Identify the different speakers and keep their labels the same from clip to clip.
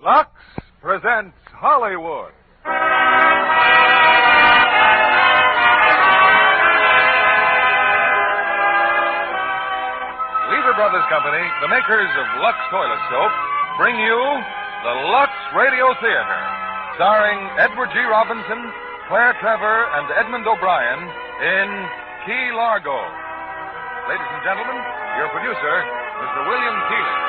Speaker 1: Lux presents Hollywood. Lever Brothers Company, the makers of Lux Toilet Soap, bring you the Lux Radio Theater, starring Edward G. Robinson, Claire Trevor, and Edmund O'Brien in Key Largo. Ladies and gentlemen, your producer, Mr. William Keeling.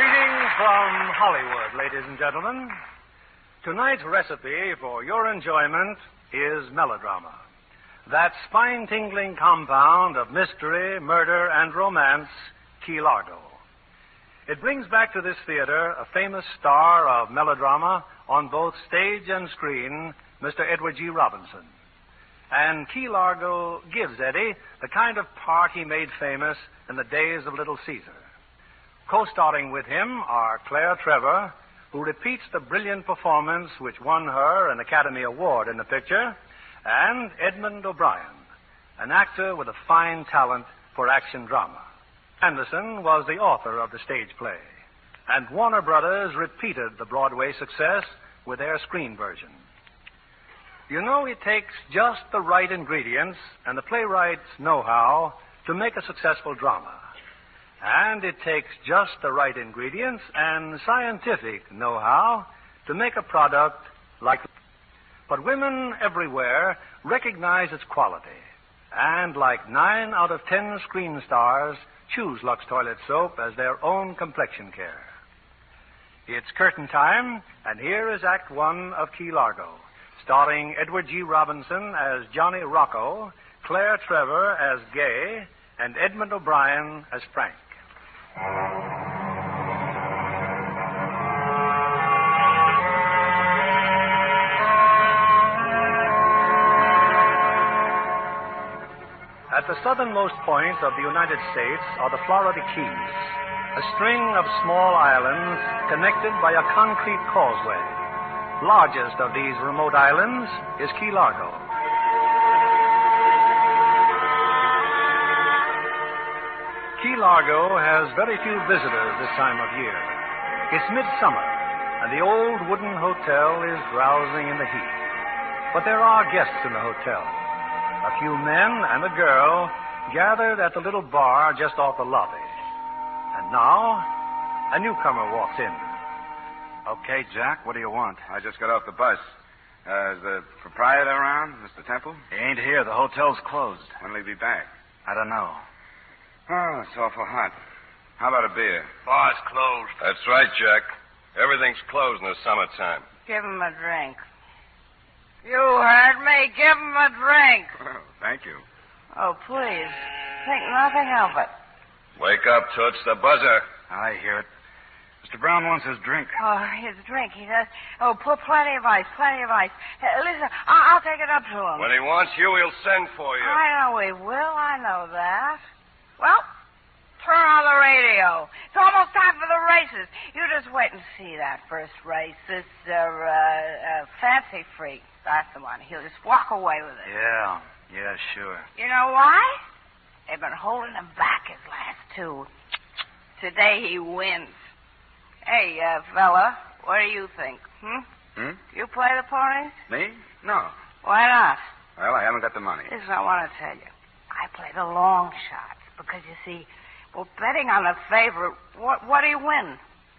Speaker 2: Greetings from Hollywood, ladies and gentlemen. Tonight's recipe for your enjoyment is melodrama. That spine tingling compound of mystery, murder, and romance, Key Largo. It brings back to this theater a famous star of melodrama on both stage and screen, Mr. Edward G. Robinson. And Key Largo gives Eddie the kind of part he made famous in the days of Little Caesar. Co starring with him are Claire Trevor, who repeats the brilliant performance which won her an Academy Award in the picture, and Edmund O'Brien, an actor with a fine talent for action drama. Anderson was the author of the stage play, and Warner Brothers repeated the Broadway success with their screen version. You know, it takes just the right ingredients and the playwright's know how to make a successful drama. And it takes just the right ingredients and scientific know how to make a product like. But women everywhere recognize its quality. And like nine out of ten screen stars, choose Lux Toilet Soap as their own complexion care. It's curtain time, and here is Act One of Key Largo, starring Edward G. Robinson as Johnny Rocco, Claire Trevor as Gay, and Edmund O'Brien as Frank. At the southernmost point of the United States are the Florida Keys, a string of small islands connected by a concrete causeway. Largest of these remote islands is Key Largo. Key Largo has very few visitors this time of year. It's midsummer, and the old wooden hotel is drowsing in the heat. But there are guests in the hotel. A few men and a girl gathered at the little bar just off the lobby. And now, a newcomer walks in.
Speaker 3: Okay, Jack, what do you want? I just got off the bus. Uh, is the proprietor around, Mr. Temple?
Speaker 4: He ain't here. The hotel's closed.
Speaker 3: When'll he be back?
Speaker 4: I don't know.
Speaker 3: Oh, it's awful hot. How about a beer?
Speaker 5: Bar's closed.
Speaker 6: That's right, Jack. Everything's closed in the summertime.
Speaker 7: Give him a drink. You heard me. Give him a drink.
Speaker 3: Well, thank you.
Speaker 7: Oh, please. Think nothing of it.
Speaker 6: Wake up, Toots, the buzzer.
Speaker 4: I hear it. Mr. Brown wants his drink.
Speaker 7: Oh, his drink. He says, oh, put plenty of ice, plenty of ice. Uh, listen, I- I'll take it up to him.
Speaker 6: When he wants you, he'll send for you.
Speaker 7: I know he will. I know that. Well, turn on the radio. It's almost time for the races. You just wait and see that first race. This uh, uh, uh, fancy freak. That's the one. He'll just walk away with it.
Speaker 4: Yeah, yeah, sure.
Speaker 7: You know why? They've been holding him back his last two. Today he wins. Hey, uh, fella, what do you think? Hmm?
Speaker 3: Hmm?
Speaker 7: You play the ponies?
Speaker 3: Me? No.
Speaker 7: Why not?
Speaker 3: Well, I haven't got the money.
Speaker 7: This is what I want to tell you. I play the long shots because you see, well, betting on a favorite, what what do you win?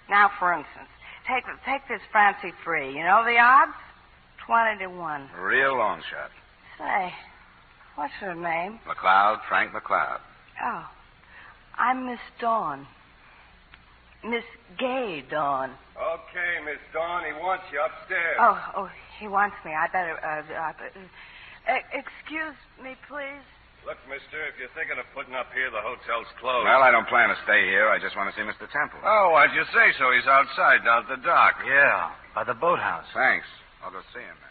Speaker 7: Now, for instance, take take this Francie Free. You know the odds? Twenty to one.
Speaker 3: Real long shot.
Speaker 7: Say, what's her name?
Speaker 3: McLeod, Frank McLeod.
Speaker 7: Oh, I'm Miss Dawn. Miss Gay Dawn.
Speaker 6: Okay, Miss Dawn, he wants you upstairs.
Speaker 7: Oh, oh, he wants e, me. I better. Uh, uh, uh, excuse me, please.
Speaker 8: Look, mister, if you're thinking of putting up here, the hotel's closed.
Speaker 9: Well, I don't plan to stay here. I just want to see Mr. Temple.
Speaker 8: Oh, why'd you say so? He's outside down at the dock.
Speaker 2: Yeah, by the boathouse.
Speaker 9: Thanks. I'll go see him then.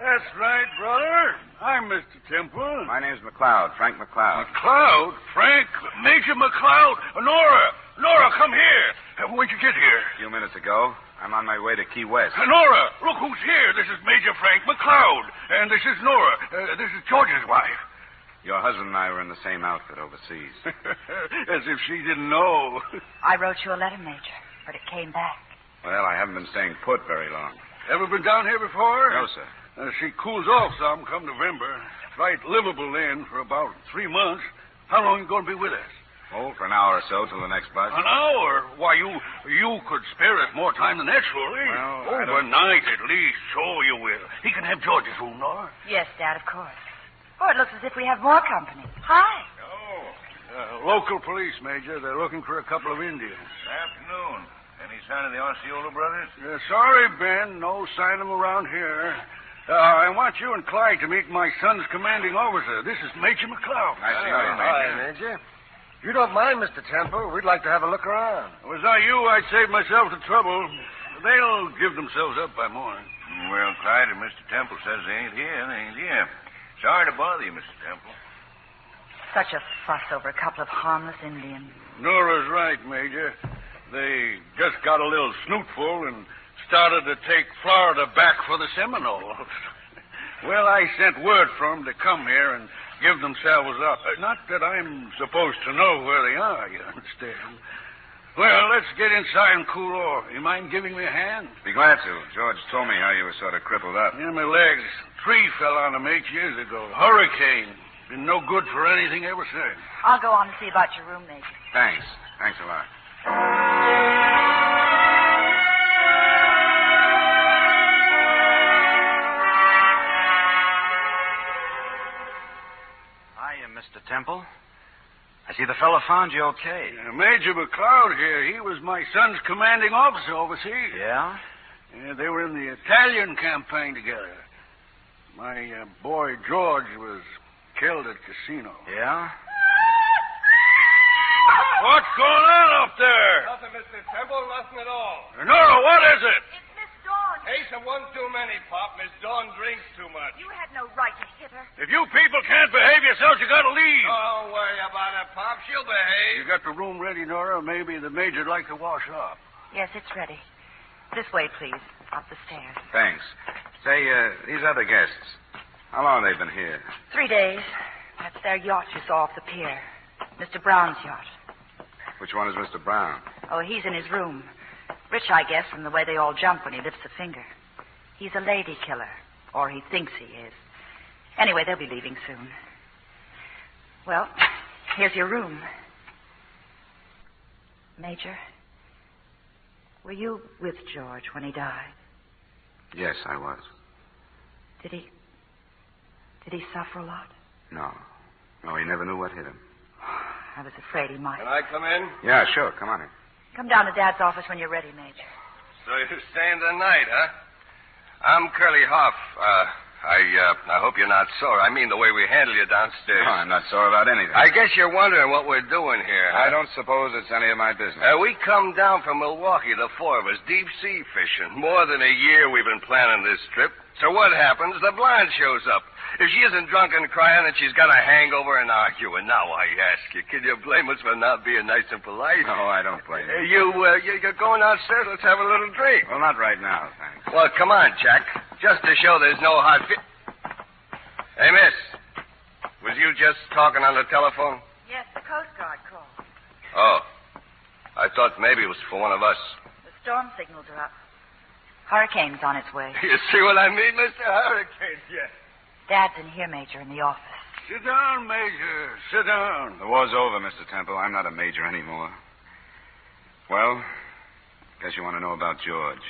Speaker 1: That's right, brother. I'm Mr. Temple.
Speaker 9: My name's McLeod, Frank McLeod.
Speaker 1: McLeod? Uh, Frank? Major McLeod? Nora! Nora, come here! When'd you get here?
Speaker 9: A few minutes ago, I'm on my way to Key West.
Speaker 1: Nora, look who's here. This is Major Frank McLeod. And this is Nora. Uh, this is George's wife.
Speaker 9: Your husband and I were in the same outfit overseas.
Speaker 1: As if she didn't know.
Speaker 7: I wrote you a letter, Major, but it came back.
Speaker 9: well, I haven't been staying put very long.
Speaker 1: Ever been down here before?
Speaker 9: No, sir.
Speaker 1: Uh, she cools off some come November. It's right livable then for about three months. How long you going to be with us?
Speaker 9: Hold for an hour or so till the next bus.
Speaker 1: An hour? Why, you you could spare us more time than that, surely.
Speaker 9: Well, I don't-
Speaker 1: Overnight, at least. So you will. He can have George's room, Nora.
Speaker 7: Yes, Dad, of course. Oh, it looks as if we have more company. Hi.
Speaker 1: Oh. Uh, local police, Major. They're looking for a couple of Indians.
Speaker 2: Afternoon. Any sign of the Osceola brothers?
Speaker 1: Uh, sorry, Ben. No sign of them around here. Uh, I want you and Clyde to meet my son's commanding officer. This is Major McLeod.
Speaker 9: I see you, Major.
Speaker 10: Major. If you don't mind, Mr. Temple, we'd like to have a look around.
Speaker 1: Was I you, I'd save myself the trouble. They'll give themselves up by morning.
Speaker 2: Well, Clyde, if Mr. Temple says they ain't here, they ain't here. Sorry to bother you, Mr. Temple.
Speaker 7: Such a fuss over a couple of harmless Indians.
Speaker 1: Nora's right, Major. They just got a little snootful and started to take Florida back for the Seminoles. well, I sent word for 'em to come here and give themselves up. Uh, Not that I'm supposed to know where they are, you understand. Well, let's get inside and cool off. You mind giving me a hand?
Speaker 9: Be glad to. George told me how you were sort of crippled up.
Speaker 1: Yeah, my legs. Tree fell on 'em eight years ago. Hurricane. Been no good for anything ever since.
Speaker 7: I'll go on and see about your room, Major.
Speaker 9: Thanks. Thanks a lot.
Speaker 2: Hiya, Mr. uh, Temple. I see the fellow found you okay.
Speaker 1: Uh, Major McLeod here. He was my son's commanding officer overseas.
Speaker 2: Yeah?
Speaker 1: Yeah, they were in the Italian campaign together. My uh, boy George was killed at casino.
Speaker 2: Yeah?
Speaker 1: What's going on up there?
Speaker 10: Nothing, Mr. Temple, nothing at all.
Speaker 1: Nora, what is it?
Speaker 11: It's Miss Dawn.
Speaker 10: Ace of one too many, Pop. Miss Dawn drinks too much.
Speaker 11: You had no right to hit her.
Speaker 1: If you people can't behave yourselves, you gotta leave.
Speaker 9: Oh.
Speaker 10: Don't worry about it, Pop. She'll
Speaker 1: you
Speaker 10: behave.
Speaker 1: got the room ready, Nora? Maybe the major'd like to wash up.
Speaker 7: Yes, it's ready. This way, please. Up the stairs.
Speaker 9: Thanks. Say, uh, these other guests, how long have they been here?
Speaker 7: Three days. That's their yacht you saw off the pier. Mr. Brown's yacht.
Speaker 9: Which one is Mr. Brown?
Speaker 7: Oh, he's in his room. Rich, I guess, from the way they all jump when he lifts a finger. He's a lady killer, or he thinks he is. Anyway, they'll be leaving soon. Well, here's your room. Major, were you with George when he died?
Speaker 9: Yes, I was.
Speaker 7: Did he. Did he suffer a lot?
Speaker 9: No. No, he never knew what hit him.
Speaker 7: I was afraid he might.
Speaker 10: Can I come in?
Speaker 9: Yeah, sure. Come on in.
Speaker 7: Come down to Dad's office when you're ready, Major.
Speaker 8: So you're staying tonight, huh? I'm Curly Hoff. Uh, I, uh, I hope you're not sore. I mean the way we handle you downstairs.
Speaker 9: No, Oh, I'm not sore about anything.
Speaker 8: I guess you're wondering what we're doing here.
Speaker 9: I don't suppose it's any of my business.
Speaker 8: Uh, we come down from Milwaukee, the four of us, deep sea fishing. More than a year we've been planning this trip. So what happens? The blonde shows up. If she isn't drunk and crying, then she's got a hangover and arguing. Now I ask you, can you blame us for not being nice and polite?
Speaker 9: no, I don't blame
Speaker 8: Uh,
Speaker 9: you.
Speaker 8: you, uh, you, you're going downstairs. Let's have a little drink.
Speaker 9: Well, not right now, thanks.
Speaker 8: Well, come on, Jack. Just to show there's no hard fi- Hey, miss. Was you just talking on the telephone?
Speaker 7: Yes, the Coast Guard called.
Speaker 8: Oh. I thought maybe it was for one of us.
Speaker 7: The storm signals are up. Hurricane's on its way.
Speaker 8: You see what I mean, Mr. Hurricane? Yes.
Speaker 7: Dad's in here, Major, in the office.
Speaker 1: Sit down, Major. Sit down.
Speaker 9: The war's over, Mr. Temple. I'm not a major anymore. Well, guess you want to know about George.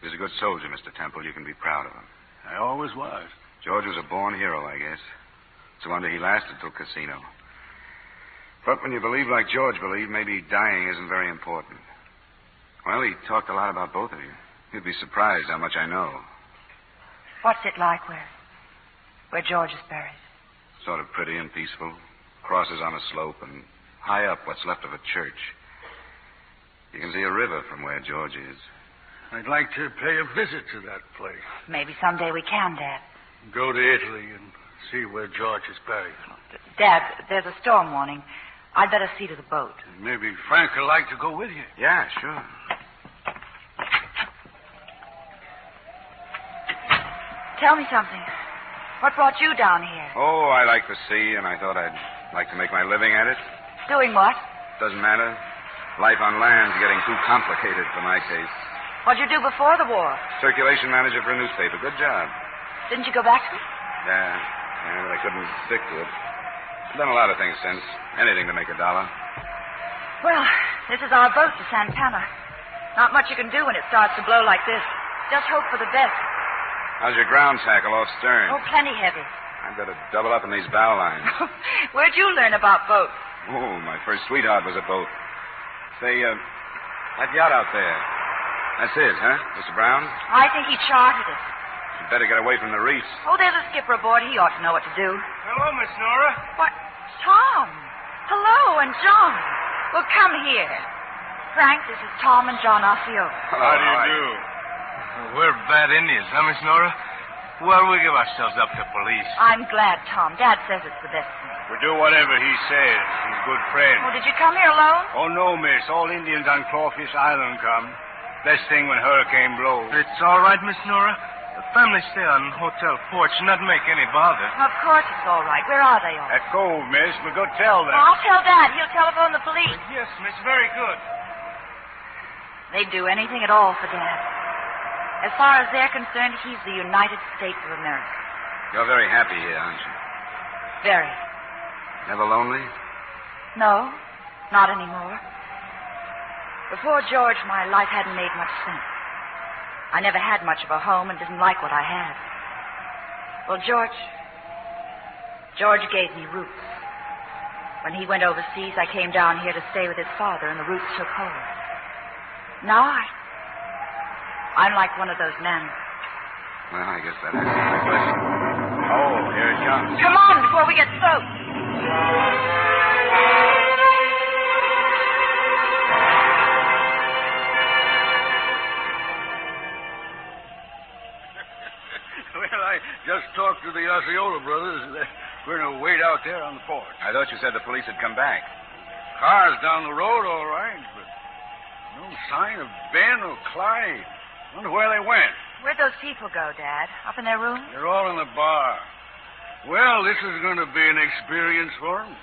Speaker 9: He was a good soldier, Mr. Temple. You can be proud of him.
Speaker 1: I always was.
Speaker 9: George was a born hero, I guess. It's a wonder he lasted till casino. But when you believe like George believed, maybe dying isn't very important. Well, he talked a lot about both of you. You'd be surprised how much I know.
Speaker 7: What's it like where, where George is buried?
Speaker 9: Sort of pretty and peaceful. Crosses on a slope and high up what's left of a church. You can see a river from where George is.
Speaker 12: I'd like to pay a visit to that place.
Speaker 7: Maybe someday we can, Dad.
Speaker 12: Go to Italy and see where George is buried.
Speaker 7: Dad, there's a storm warning. I'd better see to the boat.
Speaker 12: Maybe Frank would like to go with you.
Speaker 9: Yeah, sure.
Speaker 7: Tell me something. What brought you down here?
Speaker 9: Oh, I like the sea, and I thought I'd like to make my living at it.
Speaker 7: Doing what?
Speaker 9: Doesn't matter. Life on land's getting too complicated for my case.
Speaker 7: What'd you do before the war?
Speaker 9: Circulation manager for a newspaper. Good job.
Speaker 7: Didn't you go back to it?
Speaker 9: Yeah, yeah, but I couldn't stick to it. I've done a lot of things since. Anything to make a dollar.
Speaker 7: Well, this is our boat to Santana. Not much you can do when it starts to blow like this. Just hope for the best.
Speaker 9: How's your ground tackle off stern?
Speaker 7: Oh, plenty heavy.
Speaker 9: I've got to double up in these bow lines.
Speaker 7: Where'd you learn about boats?
Speaker 9: Oh, my first sweetheart was a boat. Say, uh, that yacht out there. That's his, huh, Mr. Brown?
Speaker 7: I think he charted it.
Speaker 9: You better get away from the reefs.
Speaker 7: Oh, there's a skipper aboard. He ought to know what to do.
Speaker 2: Hello, Miss Nora.
Speaker 7: What? Tom. Hello, and John. Well, come here. Frank, this is Tom and John Osceola.
Speaker 12: How do you
Speaker 9: Oh,
Speaker 12: do?
Speaker 2: We're bad Indians, huh, Miss Nora? Well, we give ourselves up to police.
Speaker 7: I'm glad, Tom. Dad says it's the best thing.
Speaker 12: We do whatever he says. He's a good friend.
Speaker 7: Well, did you come here alone?
Speaker 12: Oh, no, miss. All Indians on Clawfish Island come. Best thing when hurricane blows.
Speaker 2: It's all right, Miss Nora. The family stay on hotel porch, not make any bother.
Speaker 7: Of course it's all right. Where are they all?
Speaker 12: At Cove, miss. We go tell them.
Speaker 7: Well, I'll tell Dad. He'll telephone the police.
Speaker 2: Yes, miss. Very good.
Speaker 7: They'd do anything at all for Dad. As far as they're concerned, he's the United States of America.
Speaker 9: You're very happy here, aren't you?
Speaker 7: Very.
Speaker 9: Never lonely?
Speaker 7: No, not anymore. Before George, my life hadn't made much sense. I never had much of a home and didn't like what I had. Well, George. George gave me roots. When he went overseas, I came down here to stay with his father, and the roots took hold. Now I. I'm like one of those men.
Speaker 9: Well, I guess that answers my question. Oh, here it comes.
Speaker 7: Come on before we get soaked.
Speaker 12: Well, I just talked to the Osceola brothers. and they're- We're going to wait out there on the porch.
Speaker 9: I thought you said the police had come back.
Speaker 12: Car's down the road, all right, but no sign of Ben or Clyde. Wonder where they went.
Speaker 7: Where'd those people go, Dad? Up in their room?
Speaker 12: They're all in the bar. Well, this is going to be an experience for 'em.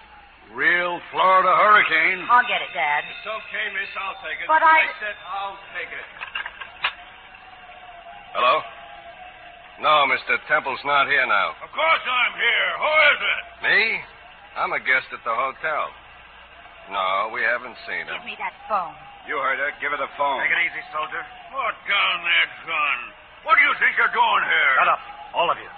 Speaker 12: Real Florida hurricane.
Speaker 7: I'll get it, Dad.
Speaker 2: It's okay, miss. I'll take it.
Speaker 7: But I-
Speaker 2: I said I'll take it.
Speaker 1: Hello? No, Mr. Temple's not here now.
Speaker 13: Of course I'm here. Who is it?
Speaker 1: Me? I'm a guest at the hotel. No, we haven't seen him.
Speaker 7: Give me that phone.
Speaker 9: You heard her. Give her the phone.
Speaker 2: Take it easy, soldier.
Speaker 13: Put down that gun. What do you think you're doing here?
Speaker 2: Shut up, all of you.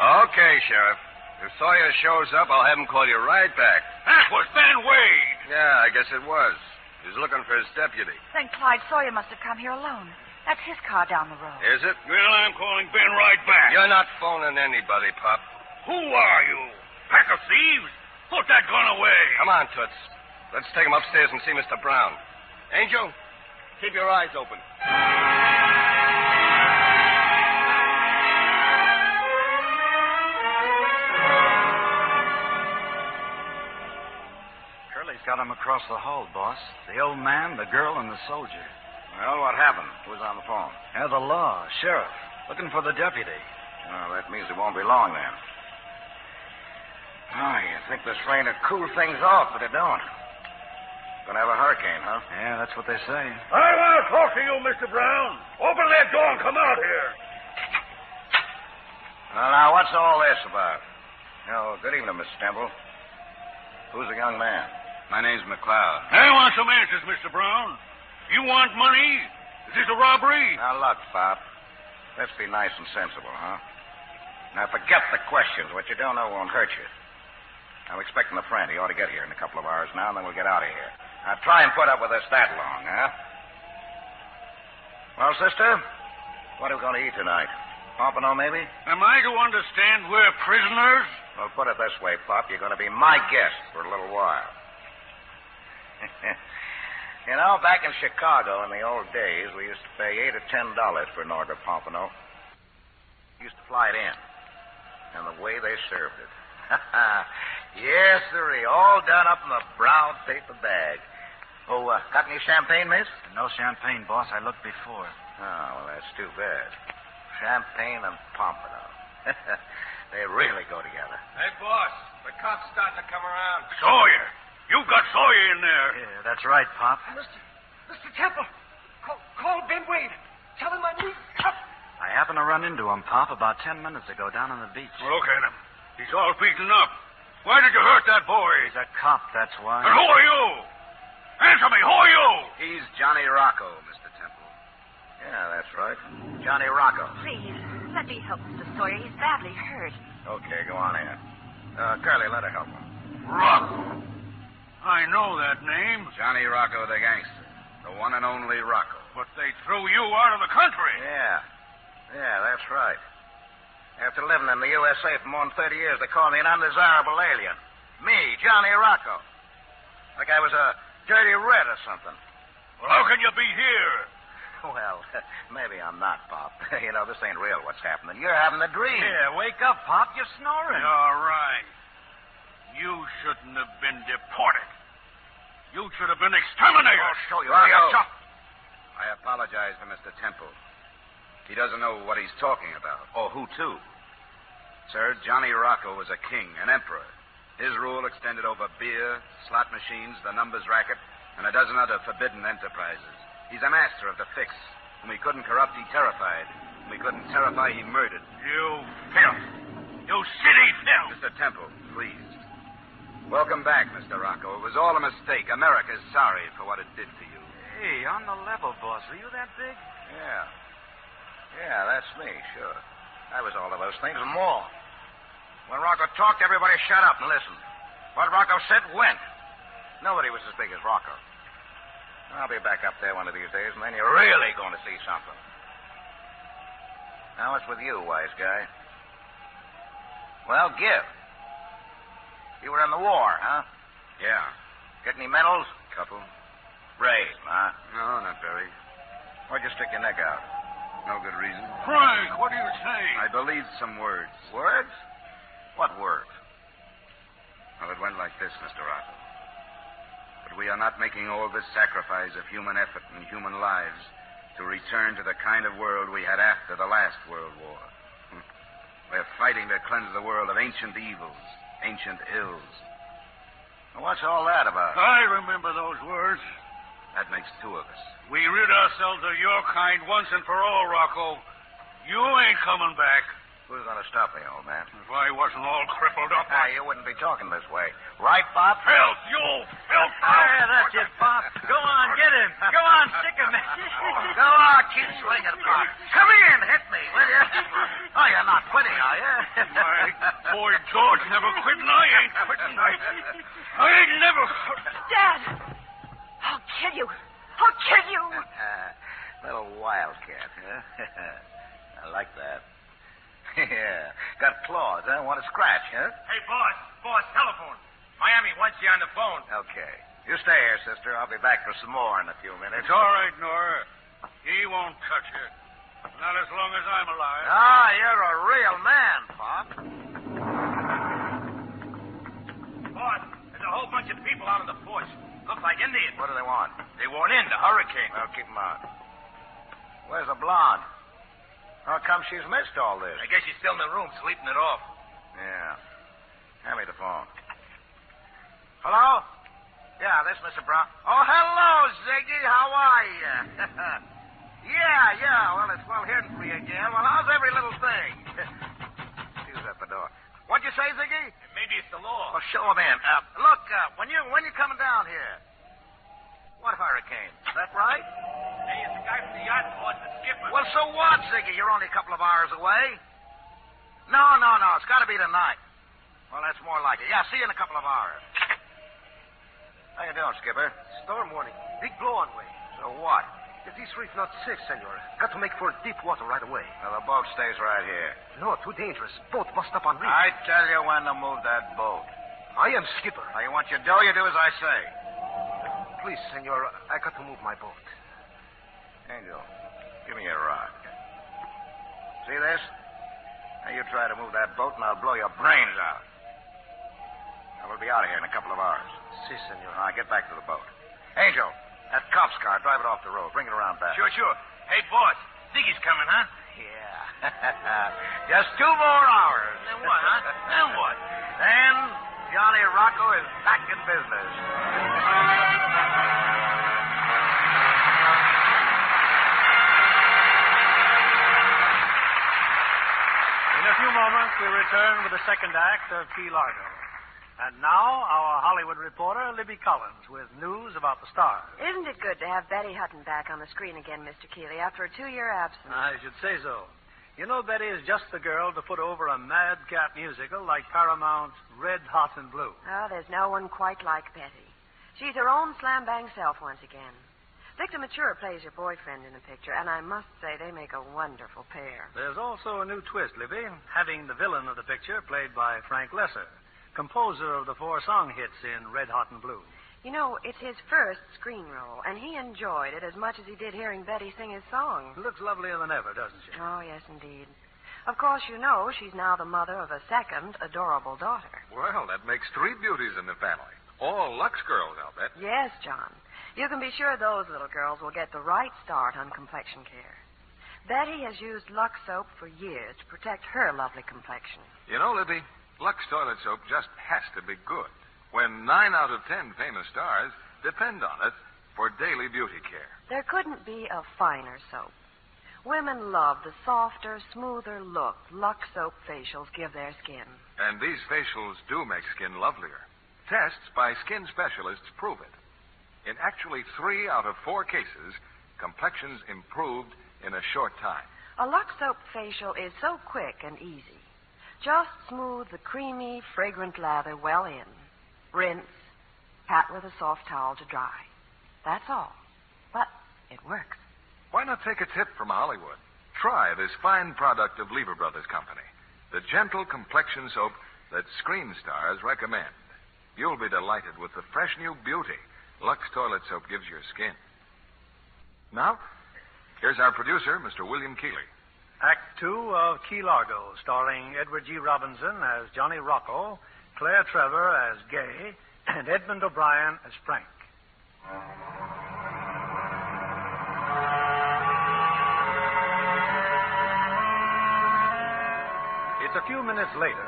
Speaker 1: Okay, Sheriff. If Sawyer shows up, I'll have him call you right back.
Speaker 13: That was Ben Wade.
Speaker 1: Yeah, I guess it was. He's looking for his deputy.
Speaker 7: Then Clyde Sawyer must have come here alone. That's his car down the road.
Speaker 1: Is it?
Speaker 13: Well, I'm calling Ben right back.
Speaker 1: You're not phoning anybody, Pop.
Speaker 13: Who are you? Pack of thieves? Put that gun away.
Speaker 1: Come on, Toots. Let's take him upstairs and see Mr. Brown. Angel, keep your eyes open.
Speaker 14: Curly's got him across the hall, boss. The old man, the girl, and the soldier.
Speaker 9: Well, what happened?
Speaker 14: Who's on the phone? Yeah, the law, sheriff. Looking for the deputy.
Speaker 9: Well, that means it won't be long then.
Speaker 15: Oh, you think this rain will cool things off, but it don't. Gonna have a hurricane, huh?
Speaker 14: Yeah, that's what they say.
Speaker 13: I want to talk to you, Mr. Brown. Open that door and come out here.
Speaker 15: Well, now, what's all this about? Oh, good evening, Miss Stemple. Who's the young man?
Speaker 9: My name's McLeod.
Speaker 13: I want some answers, Mr. Brown. You want money? Is this a robbery?
Speaker 15: Now, look, Pop. Let's be nice and sensible, huh? Now, forget the questions. What you don't know won't hurt you. I'm expecting a friend. He ought to get here in a couple of hours now, and then we'll get out of here. Now, try and put up with us that long, huh? Well, sister, what are we going to eat tonight?
Speaker 2: Pompano, maybe?
Speaker 5: Am I to understand we're prisoners?
Speaker 2: Well, put it this way, Pop. You're going to be my guest for a little while. you know, back in Chicago in the old days, we used to pay eight or ten dollars for an order of pompano. Used to fly it in, and the way they served it. yes, sirree, all done up in a brown paper bag. Oh, uh, got any champagne, miss?
Speaker 16: No champagne, boss. I looked before.
Speaker 2: Oh, well, that's too bad. Champagne and pompano. they really go together.
Speaker 17: Hey, boss, the cop's starting to come around.
Speaker 5: Sawyer! You've got Sawyer in there.
Speaker 16: Yeah, that's right, Pop.
Speaker 17: Mr. Mr. Temple, call, call Ben Wade. Tell him I need help.
Speaker 16: I happened to run into him, Pop, about ten minutes ago down on the beach.
Speaker 5: Look at him. He's all beaten up. Why did you hurt that boy?
Speaker 16: He's a cop, that's why.
Speaker 5: And who are you? Answer me, who are you?
Speaker 2: He's Johnny Rocco, Mr. Temple. Yeah, that's right. Johnny Rocco.
Speaker 18: Please, let me help Mr. Sawyer. He's badly hurt.
Speaker 2: Okay, go on in. Uh, Curly, let her help him.
Speaker 5: Rocco. I know that name.
Speaker 2: Johnny Rocco, the gangster. The one and only Rocco.
Speaker 5: But they threw you out of the country.
Speaker 2: Yeah. Yeah, that's right. After living in the USA for more than 30 years, they called me an undesirable alien. Me, Johnny Rocco. Like I was a dirty red or something.
Speaker 5: Well, how can you be here?
Speaker 2: Well, maybe I'm not, Pop. you know, this ain't real what's happening. You're having a dream.
Speaker 16: Yeah, wake up, Pop. You're snoring.
Speaker 5: All right. You shouldn't have been deported. You should have been exterminated.
Speaker 2: I'll show you. Rocco, I apologize to Mr. Temple. He doesn't know what he's talking about, or who to. Sir, Johnny Rocco was a king, an emperor. His rule extended over beer, slot machines, the numbers racket, and a dozen other forbidden enterprises. He's a master of the fix. Whom he couldn't corrupt, he terrified. Whom he couldn't terrify, he murdered.
Speaker 5: You filth! You city filth!
Speaker 2: Mr. Temple, please. Welcome back, Mr. Rocco. It was all a mistake. America's sorry for what it did to you.
Speaker 16: Hey, on the level, boss. Were you that big?
Speaker 2: Yeah. Yeah, that's me, sure. I was all of those things and more. When Rocco talked, everybody shut up and listened. What Rocco said went. Nobody was as big as Rocco. I'll be back up there one of these days, and then you're really going to see something. Now, what's with you, wise guy? Well, give. You were in the war, huh?
Speaker 9: Yeah.
Speaker 2: Get any medals?
Speaker 9: Couple.
Speaker 2: Brave, huh?
Speaker 9: No, not very.
Speaker 2: Why'd you stick your neck out?
Speaker 9: No good reason.
Speaker 5: Frank, what are you saying?
Speaker 9: I believed some words.
Speaker 2: Words? What words?
Speaker 9: Well, it went like this, Mr. Otto. But we are not making all this sacrifice of human effort and human lives to return to the kind of world we had after the last World War. Hmm? We're fighting to cleanse the world of ancient evils, ancient ills.
Speaker 2: Well, what's all that about?
Speaker 5: I remember those words.
Speaker 9: That makes two of us.
Speaker 5: We rid ourselves of your kind once and for all, Rocco. You ain't coming back.
Speaker 2: Who's going to stop me, old man?
Speaker 5: If I wasn't all crippled up,
Speaker 2: I... you wouldn't be talking this way. Right, Bob?
Speaker 5: Filth, you filth.
Speaker 16: yeah, that's it, Bob. Go on, get him. Go on, stick him.
Speaker 2: Go on, keep swinging, Bob. Come in, hit me, will you? Oh, you're not quitting, are you?
Speaker 5: My boy George never quit, and I ain't quitting. I, I ain't never...
Speaker 18: Dad! I'll kill you. I'll kill you.
Speaker 2: Little wildcat, huh? I like that. yeah. Got claws, huh? Want to scratch, huh?
Speaker 17: Hey, boss. Boss, telephone. Miami wants you on the phone.
Speaker 2: Okay. You stay here, sister. I'll be back for some more in a few minutes.
Speaker 5: It's all right, Nora. He won't touch you. Not as long as I'm alive.
Speaker 2: Ah, you're a real man, Pop.
Speaker 17: Boss, there's a whole bunch of people out on the porch. Look like Indians.
Speaker 2: What do they want?
Speaker 17: They want in the hurricane.
Speaker 2: Well, keep them out. Where's the blonde? How come she's missed all this?
Speaker 17: I guess she's still in the room, sleeping it off.
Speaker 2: Yeah. Hand me the phone. Hello? Yeah, this Mr. Brown. Oh, hello, Ziggy. How are you? yeah, yeah. Well, it's well hearing from you again. Well, how's every little thing? She's at the door. What'd you say, Ziggy?
Speaker 17: Maybe it's the law.
Speaker 2: Well, show him in. Uh, look, uh, when you when you coming down here? What hurricane? Is that right?
Speaker 17: Hey, it's the guy from the yacht board, the skipper.
Speaker 2: Well, so what, Ziggy? You're only a couple of hours away. No, no, no. It's got to be tonight. Well, that's more like it. Yeah, see you in a couple of hours. How you doing, Skipper?
Speaker 17: Storm warning. Big blow on way.
Speaker 2: So what?
Speaker 19: This reef not safe, senor. Got to make for deep water right away.
Speaker 20: Now, the boat stays right here.
Speaker 19: No, too dangerous. Boat bust up on reef.
Speaker 20: I tell you when to move that boat.
Speaker 19: I am skipper.
Speaker 20: Now, you want your dough, you do as I say.
Speaker 19: Please, senor, I got to move my boat.
Speaker 20: Angel, give me a rod. See this? Now, you try to move that boat, and I'll blow your brains out. Now, we'll be out of here in a couple of hours.
Speaker 19: Si, senor.
Speaker 20: All right, get back to the boat. Angel, that cop's car. Drive it off the road. Bring it around back.
Speaker 21: Sure, sure. Hey, boss. Ziggy's coming, huh?
Speaker 20: Yeah. Just two more hours.
Speaker 21: Then what, huh? then what?
Speaker 20: Then Johnny Rocco is back in business.
Speaker 2: In a few moments, we return with the second act of Key Largo. And now, our Hollywood reporter, Libby Collins, with news about the stars.
Speaker 7: Isn't it good to have Betty Hutton back on the screen again, Mr. Keeley, after a two year absence?
Speaker 2: I should say so. You know, Betty is just the girl to put over a madcap musical like Paramount's Red Hot and Blue.
Speaker 7: Oh, there's no one quite like Betty. She's her own slam bang self once again. Victor Mature plays her boyfriend in the picture, and I must say they make a wonderful pair.
Speaker 2: There's also a new twist, Libby, having the villain of the picture played by Frank Lesser composer of the four song hits in Red Hot and Blue.
Speaker 7: You know, it's his first screen role, and he enjoyed it as much as he did hearing Betty sing his song.
Speaker 2: Looks lovelier than ever, doesn't she?
Speaker 7: Oh, yes, indeed. Of course, you know she's now the mother of a second adorable daughter.
Speaker 1: Well, that makes three beauties in the family. All Lux girls, I'll bet.
Speaker 7: Yes, John. You can be sure those little girls will get the right start on complexion care. Betty has used Lux soap for years to protect her lovely complexion.
Speaker 1: You know, Libby, Lux toilet soap just has to be good when nine out of ten famous stars depend on it for daily beauty care.
Speaker 7: There couldn't be a finer soap. Women love the softer, smoother look Lux soap facials give their skin.
Speaker 1: And these facials do make skin lovelier. Tests by skin specialists prove it. In actually three out of four cases, complexions improved in a short time.
Speaker 7: A Lux soap facial is so quick and easy. Just smooth the creamy, fragrant lather well in. Rinse. Pat with a soft towel to dry. That's all. But it works.
Speaker 1: Why not take a tip from Hollywood? Try this fine product of Lever Brothers Company, the gentle complexion soap that screen stars recommend. You'll be delighted with the fresh new beauty Lux Toilet Soap gives your skin. Now, here's our producer, Mr. William Keeley.
Speaker 2: Act Two of Key Largo, starring Edward G. Robinson as Johnny Rocco, Claire Trevor as Gay, and Edmund O'Brien as Frank. It's a few minutes later.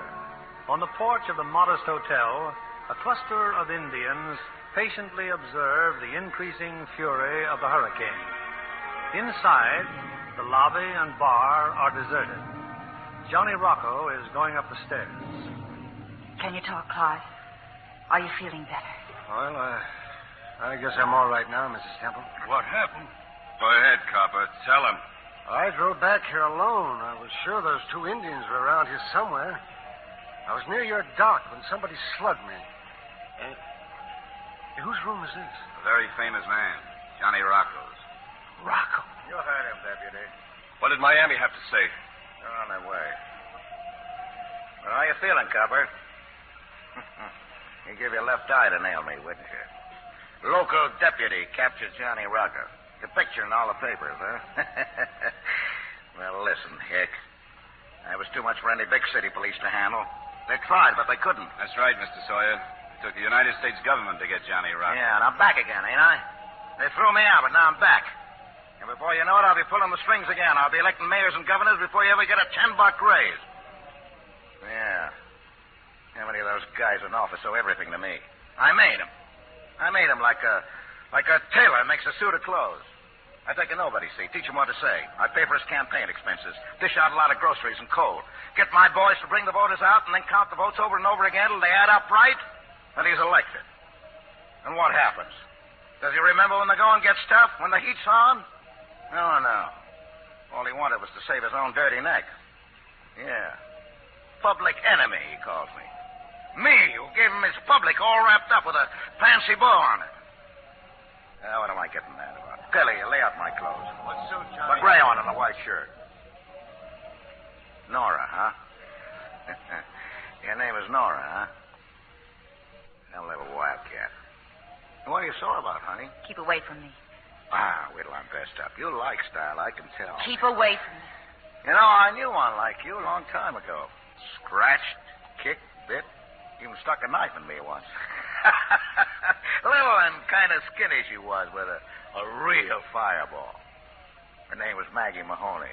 Speaker 2: On the porch of the modest hotel, a cluster of Indians patiently observe the increasing fury of the hurricane. Inside, the lobby and bar are deserted. Johnny Rocco is going up the stairs.
Speaker 7: Can you talk, Clyde? Are you feeling better?
Speaker 22: Well, uh, I guess I'm all right now, Mrs. Temple.
Speaker 23: What happened? Go ahead, copper. Tell him.
Speaker 22: I drove back here alone. I was sure those two Indians were around here somewhere. I was near your dock when somebody slugged me. Uh, whose room is this?
Speaker 9: A very famous man, Johnny Rocco's.
Speaker 22: Rocco?
Speaker 9: You heard him, Deputy.
Speaker 24: What did Miami have to say?
Speaker 9: They're on their way. Well, how you feeling, Copper? you give your left eye to nail me, wouldn't you? Local deputy captured Johnny Rocco. The picture in all the papers, huh? well, listen, Hick. That was too much for any big city police to handle. They tried, but they couldn't.
Speaker 24: That's right, Mr. Sawyer. It took the United States government to get Johnny Rocco.
Speaker 9: Yeah, and I'm back again, ain't I? They threw me out, but now I'm back. And before you know it, I'll be pulling the strings again. I'll be electing mayors and governors before you ever get a ten buck raise. Yeah. How many of those guys in office owe everything to me? I made them. I made them like a like a tailor makes a suit of clothes. I take a nobody see, teach him what to say. I pay for his campaign expenses, dish out a lot of groceries and coal, get my boys to bring the voters out and then count the votes over and over again till they add up right, and he's elected. And what happens? Does he remember when the going gets tough, when the heat's on? No, no. All he wanted was to save his own dirty neck. Yeah. Public enemy, he calls me. Me, who gave him his public all wrapped up with a fancy bow on it. Now, what am I getting mad about?
Speaker 2: Billy, lay out my clothes.
Speaker 16: What suit,
Speaker 2: The
Speaker 16: Johnny?
Speaker 2: gray one and the white shirt. Nora, huh? Your name is Nora, huh? Hell of a wildcat. What are you sore about, honey?
Speaker 7: Keep away from me.
Speaker 2: Ah, wait till I'm dressed up. You like style, I can tell.
Speaker 7: Keep away from me.
Speaker 2: You know, I knew one like you a long time ago. Scratched, kicked, bit, even stuck a knife in me once. Little and kind of skinny she was, with a, a real fireball. Her name was Maggie Mahoney.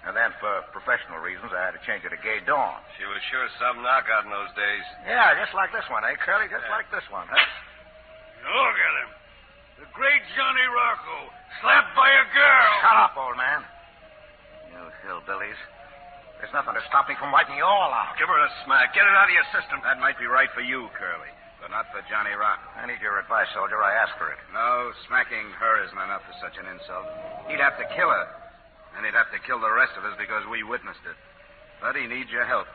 Speaker 2: And then, for professional reasons, I had to change her to Gay Dawn.
Speaker 6: She was sure some knockout in those days.
Speaker 2: Yeah, just like this one, eh, Curly? Just like this one. Huh?
Speaker 5: Look at him. The great Johnny Rocco, slapped by a girl.
Speaker 2: Shut up, old man. You hillbillies. There's nothing to stop me from wiping you all out.
Speaker 9: Give her a smack. Get it out of your system.
Speaker 2: That might be right for you, Curly, but not for Johnny Rock. I need your advice, soldier. I ask for it.
Speaker 9: No, smacking her isn't enough for such an insult. He'd have to kill her. And he'd have to kill the rest of us because we witnessed it. But he needs your help.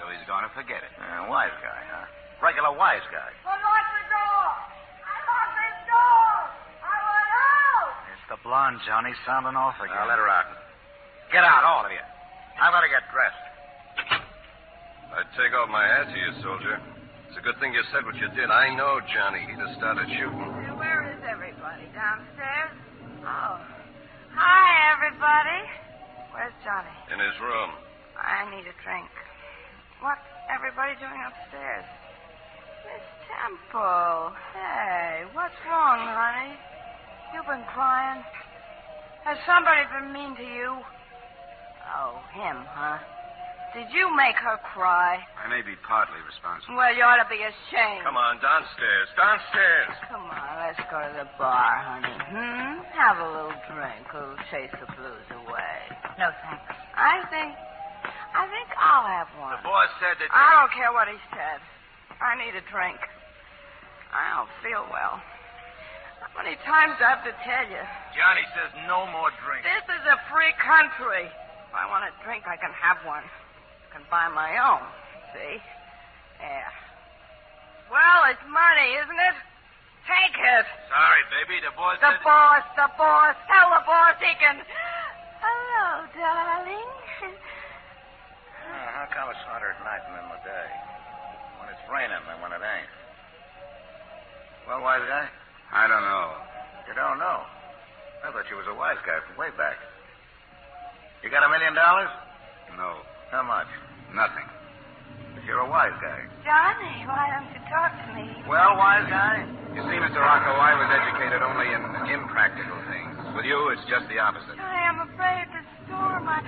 Speaker 9: So he's going to forget it.
Speaker 2: Uh, wise guy, huh? Regular wise guy.
Speaker 7: Unlock the door! Unlock this door! I want out!
Speaker 25: It's the blonde, Johnny, sounding off again.
Speaker 2: Now, let her out. Get out, all of you. I'm going to get dressed.
Speaker 6: I'd take off my hat to you, soldier. It's a good thing you said what you did. I know Johnny. He'd have started shooting.
Speaker 7: Now, Where is everybody? Downstairs? Oh. Hi, everybody. Where's Johnny?
Speaker 6: In his room.
Speaker 7: I need a drink. What's everybody doing upstairs? Miss Temple. Hey, what's wrong, honey? You've been crying. Has somebody been mean to you? Oh, him, huh? Did you make her cry?
Speaker 9: I may be partly responsible.
Speaker 7: Well, you ought to be ashamed.
Speaker 6: Come on, downstairs. Downstairs.
Speaker 7: Come on, let's go to the bar, honey. Hmm? Have a little drink. It'll chase the blues away. No, thanks. I think. I think I'll have one.
Speaker 16: The boss said that.
Speaker 7: I don't care what he said. I need a drink. I don't feel well. How many times do I have to tell you?
Speaker 16: Johnny says no more drinks.
Speaker 7: This is a free country. If I want a drink, I can have one. I can buy my own. See? Yeah. Well, it's money, isn't it? Take it.
Speaker 16: Sorry, baby. The boss
Speaker 7: The
Speaker 16: said.
Speaker 7: boss, the boss. Tell the boss he can. Hello, darling.
Speaker 2: Uh, how come it's hotter at night than in the day? When it's raining and when it ain't. Well, wise guy?
Speaker 9: I don't know.
Speaker 2: You don't know. I thought you was a wise guy from way back. You got a million dollars?
Speaker 9: No,
Speaker 2: How much?
Speaker 9: nothing.
Speaker 2: But you're a wise guy.
Speaker 7: Johnny, why don't you talk to me?
Speaker 2: Well, wise guy?
Speaker 9: You see, Mr. Rocco, I was educated only in impractical things. With you, it's just the opposite.
Speaker 7: Johnny, I'm afraid of the storm. I,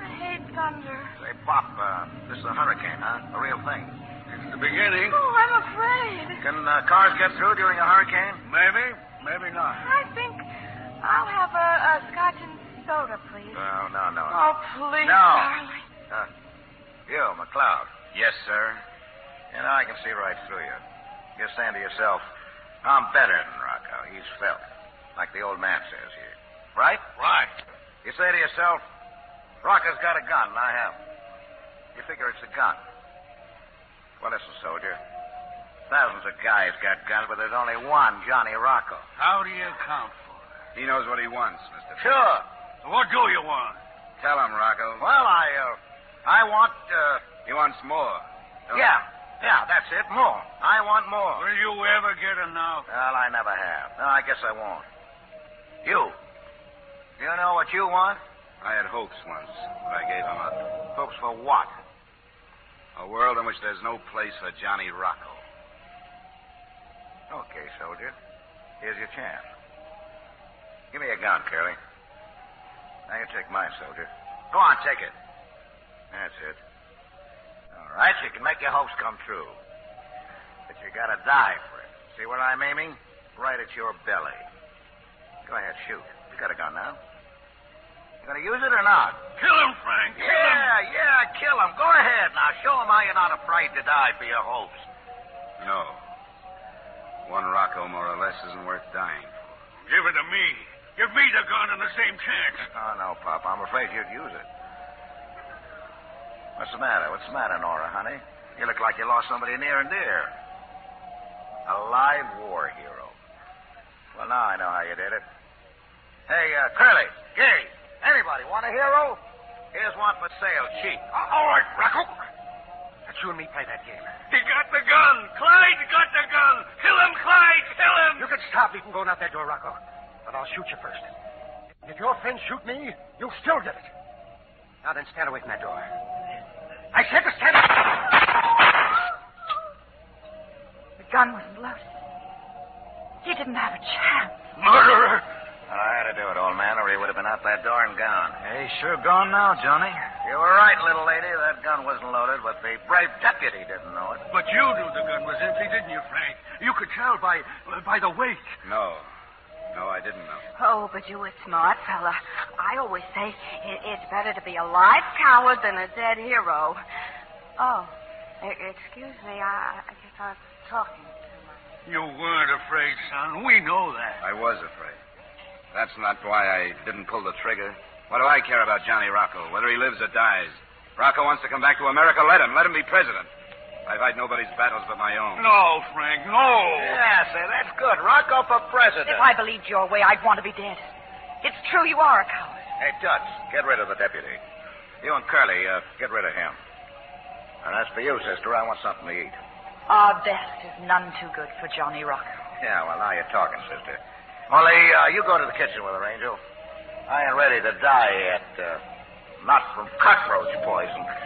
Speaker 7: I hate thunder.
Speaker 2: Say, Pop, uh, this is a hurricane, huh? A real thing.
Speaker 5: It's the beginning.
Speaker 7: Oh, I'm afraid.
Speaker 2: Can uh, cars get through during a hurricane?
Speaker 5: Maybe, maybe not.
Speaker 7: I think I'll have a, a scotch and soda, please.
Speaker 2: No, no, no.
Speaker 7: Oh, please,
Speaker 2: No.
Speaker 7: darling.
Speaker 2: Uh, you, McLeod.
Speaker 9: Yes, sir.
Speaker 2: You know, I can see right through you. You're saying to yourself, I'm better than Rocco. He's felt. Like the old man says here. Right?
Speaker 5: Right.
Speaker 2: You say to yourself, Rocco's got a gun, and I haven't. You figure it's a gun. Well, listen, soldier. Thousands of guys got guns, but there's only one Johnny Rocco.
Speaker 5: How do you account for
Speaker 9: He knows what he wants, Mr.
Speaker 2: Sure.
Speaker 5: it? What do you want?
Speaker 9: Tell him, Rocco.
Speaker 2: Well, I, uh, I want, uh,
Speaker 9: He wants more. Don't he?
Speaker 2: yeah, yeah, that's it. More. I want more.
Speaker 5: Will you ever get enough?
Speaker 2: Well, I never have. No, I guess I won't. You. You know what you want?
Speaker 9: I had hopes once, but I gave them up.
Speaker 2: Hopes for what?
Speaker 9: A world in which there's no place for Johnny Rocco.
Speaker 2: Okay, soldier. Here's your chance. Give me a gun, Curly. Now you take mine, soldier. Go on, take it. That's it. All right, you can make your hopes come true. But you gotta die for it. See where I'm aiming? Right at your belly. Go ahead, shoot. You got a gun now. You gonna use it or not?
Speaker 5: Kill him, Frank. Kill him.
Speaker 2: Yeah, yeah, kill him. Go ahead now. Show him how you're not afraid to die for your hopes.
Speaker 9: No. One Rocco, more or less, isn't worth dying for.
Speaker 5: Give it to me. Give me the gun and the same chance.
Speaker 2: Oh, no, Pop. I'm afraid you'd use it. What's the matter? What's the matter, Nora, honey? You look like you lost somebody near and dear. A live war hero. Well, now I know how you did it.
Speaker 9: Hey, uh, Curly, Gary, anybody want a hero? Here's one for sale, cheap.
Speaker 26: Uh, all right, Rocco. Let you and me play that game.
Speaker 2: He got the gun. Clyde got the gun. Kill him, Clyde. Kill him.
Speaker 26: You can stop me from going out that door, Rocco. But I'll shoot you first. If your friends shoot me, you'll still get it. Now then, stand away from that door. I said to stand.
Speaker 7: The gun wasn't loaded. He didn't have a chance.
Speaker 2: Murderer!
Speaker 9: I had to do it, old man, or he would have been out that door and gone.
Speaker 27: Hey, sure gone now, Johnny.
Speaker 9: You were right, little lady. That gun wasn't loaded, but the brave deputy didn't know it.
Speaker 2: But you knew the gun was empty, didn't you, Frank? You could tell by by the weight.
Speaker 9: No. No, I didn't know.
Speaker 7: Oh, but you were smart, fella. I always say it, it's better to be a live coward than a dead hero. Oh, e- excuse me. I, I guess I was talking too much.
Speaker 2: You weren't afraid, son. We know that.
Speaker 9: I was afraid. That's not why I didn't pull the trigger. What do I care about Johnny Rocco, whether he lives or dies? Rocco wants to come back to America. Let him. Let him be president. I fight nobody's battles but my own.
Speaker 2: No, Frank, no.
Speaker 9: Yeah, say, that's good. Rocco for president.
Speaker 7: If I believed your way, I'd want to be dead. It's true you are a coward.
Speaker 9: Hey, Dutz, get rid of the deputy. You and Curly, uh, get rid of him. And as for you, sister, I want something to eat.
Speaker 7: Our Ah, best is none too good for Johnny Rocco.
Speaker 9: Yeah, well, now you're talking, sister. Molly, uh, you go to the kitchen with her, Angel. I ain't ready to die yet. Uh, not from cockroach poison.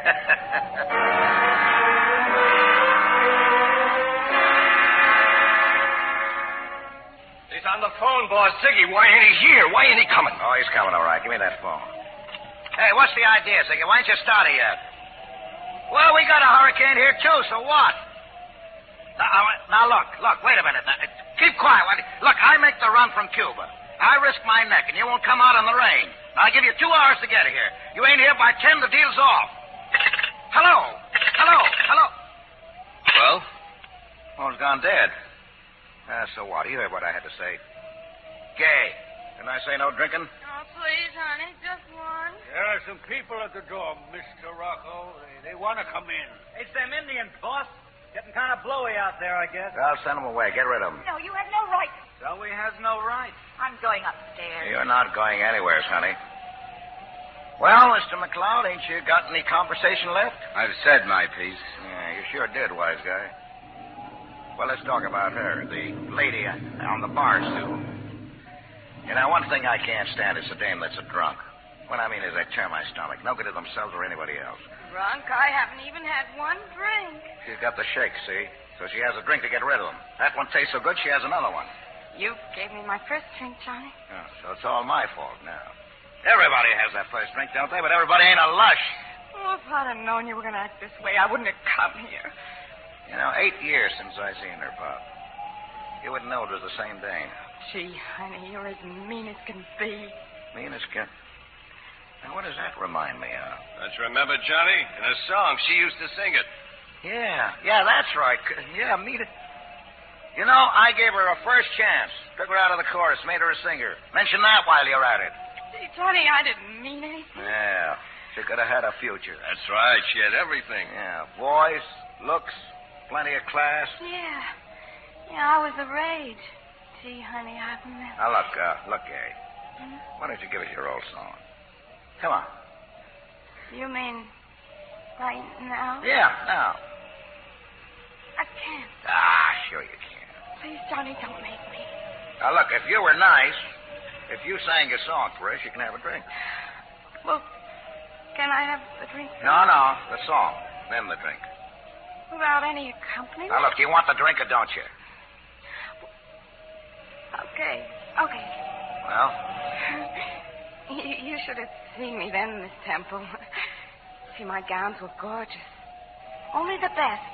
Speaker 1: He's on the phone, boss. Ziggy, why ain't he here? Why ain't he coming?
Speaker 9: Oh, he's coming, all right. Give me that phone. Hey, what's the idea, Ziggy? Why ain't you started yet? Well, we got a hurricane here, too, so what? Now, I- now look, look, wait a minute. Now, keep quiet. Wait- Look, I make the run from Cuba. I risk my neck, and you won't come out on the rain. I'll give you two hours to get here. You ain't here by ten, the deal's off. Hello? Hello? Hello?
Speaker 1: Well?
Speaker 9: Phone's gone dead. Ah, so what? You heard what I had to say. Gay. Didn't I say no drinking?
Speaker 28: Oh, please, honey, just one.
Speaker 2: There are some people at the door, Mr. Rocco. They, they want to come in.
Speaker 29: It's them Indians, boss. Getting kind of blowy out there, I guess.
Speaker 9: I'll send them away. Get rid of them.
Speaker 7: No, you have no right.
Speaker 29: Zoe has no right.
Speaker 7: I'm going upstairs.
Speaker 9: You're not going anywhere, sonny. Well, Mr. McCloud, ain't you got any conversation left? I've said my piece. Yeah, you sure did, wise guy. Well, let's talk about her, the lady on the bar stool. You know, one thing I can't stand is a dame that's a drunk. What I mean is they tear my stomach, no good to themselves or anybody else.
Speaker 28: Drunk, I haven't even had one drink.
Speaker 9: She's got the shakes, see? So she has a drink to get rid of them. That one tastes so good, she has another one.
Speaker 28: You gave me my first drink, Johnny.
Speaker 9: Yeah, so it's all my fault now. Everybody has that first drink, don't they? But everybody ain't a lush.
Speaker 28: Oh, if I'd have known you were going to act this way, I wouldn't have come here.
Speaker 9: You know, eight years since I seen her, Pop. You wouldn't know it was the same dame.
Speaker 28: Gee, honey, you're as mean as can be.
Speaker 9: Me and this kid. Now, what does that remind me of?
Speaker 1: Don't you remember, Johnny? In a song, she used to sing it.
Speaker 9: Yeah, yeah, that's right. Yeah, meet it. You know, I gave her a first chance. Took her out of the chorus, made her a singer. Mention that while you're at it.
Speaker 28: Gee, Johnny, I didn't mean anything.
Speaker 9: Yeah, she could have had a future.
Speaker 1: That's right. She had everything.
Speaker 9: Yeah, voice, looks, plenty of class.
Speaker 28: Yeah. Yeah, I was the rage. Gee, honey, I've missed.
Speaker 9: Now, look, uh, look, Gay. Why don't you give us your old song? Come on.
Speaker 28: You mean right now?
Speaker 9: Yeah, now.
Speaker 28: I can't.
Speaker 9: Ah, sure you can.
Speaker 28: Please, Johnny, don't make me.
Speaker 9: Now, look, if you were nice, if you sang a song for us, you can have a drink.
Speaker 28: Well, can I have a drink?
Speaker 9: No, no, the song, then the drink.
Speaker 28: Without any accompaniment?
Speaker 9: Now, look, you want the drink or don't you?
Speaker 28: Okay, okay.
Speaker 9: Well,
Speaker 28: You, you should have seen me then, Miss Temple. See, my gowns were gorgeous. Only the best.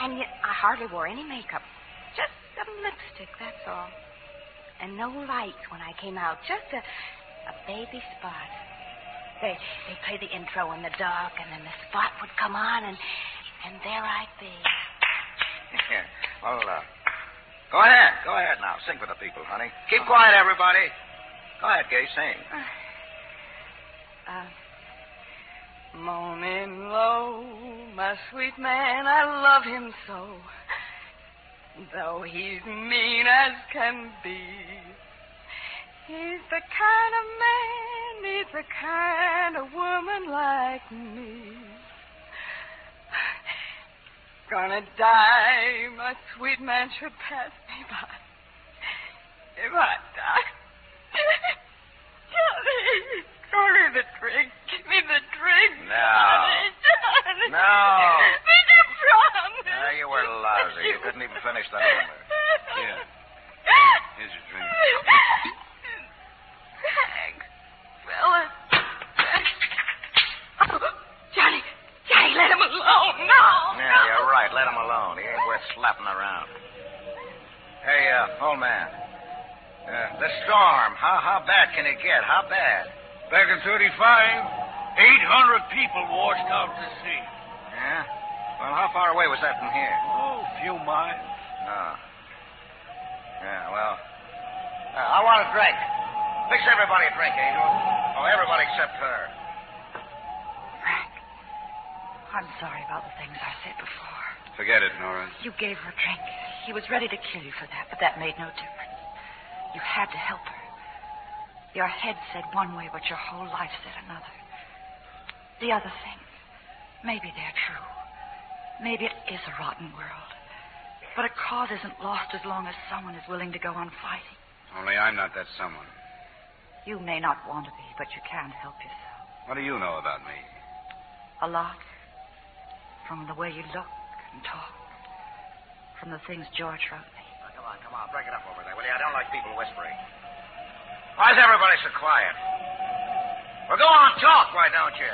Speaker 28: And yet I hardly wore any makeup. Just some lipstick, that's all. And no lights when I came out. Just a, a baby spot. They, they play the intro in the dark, and then the spot would come on, and, and there I'd be.
Speaker 9: well, uh, go ahead, go ahead now. Sing for the people, honey. Keep quiet, everybody. Go ahead, Gay, sing.
Speaker 28: Uh, moaning low, my sweet man, I love him so. Though he's mean as can be, He's the kind of man, he's the kind of woman like me. Gonna die, my sweet man should pass me by. If I die, Johnny, throw me the drink. Give me the drink.
Speaker 1: No.
Speaker 28: Johnny, Johnny.
Speaker 1: No.
Speaker 28: Make a promise.
Speaker 1: Ah, Oh. you were lousy. You couldn't even finish that number.
Speaker 30: Here. Here's your drink.
Speaker 28: Thanks, fellas. Oh, Johnny, Johnny, let him alone. No.
Speaker 1: Yeah, you're right. Let him alone. He ain't worth slapping around. Hey, uh, old man. Uh, the storm. How how bad can it get? How bad?
Speaker 9: Back in 35, 800 people washed out to sea.
Speaker 1: Yeah? Well, how far away was that from here?
Speaker 9: Oh, a few miles.
Speaker 1: Oh. Yeah, well. Uh, I want a drink. Fix everybody a drink, Angel. Oh, everybody except her.
Speaker 7: Frank, I'm sorry about the things I said before.
Speaker 1: Forget it, Nora.
Speaker 7: You gave her a drink. He was ready to kill you for that, but that made no difference. You had to help her. Your head said one way, but your whole life said another. The other things, maybe they're true. Maybe it is a rotten world. But a cause isn't lost as long as someone is willing to go on fighting.
Speaker 1: Only I'm not that someone.
Speaker 7: You may not want to be, but you can help yourself.
Speaker 1: What do you know about me?
Speaker 7: A lot. From the way you look and talk. From the things George wrote me.
Speaker 1: Oh, come on, come on. Break it up over there, will you? I don't like people whispering. Why's everybody so quiet? Well, go on, talk, why don't you?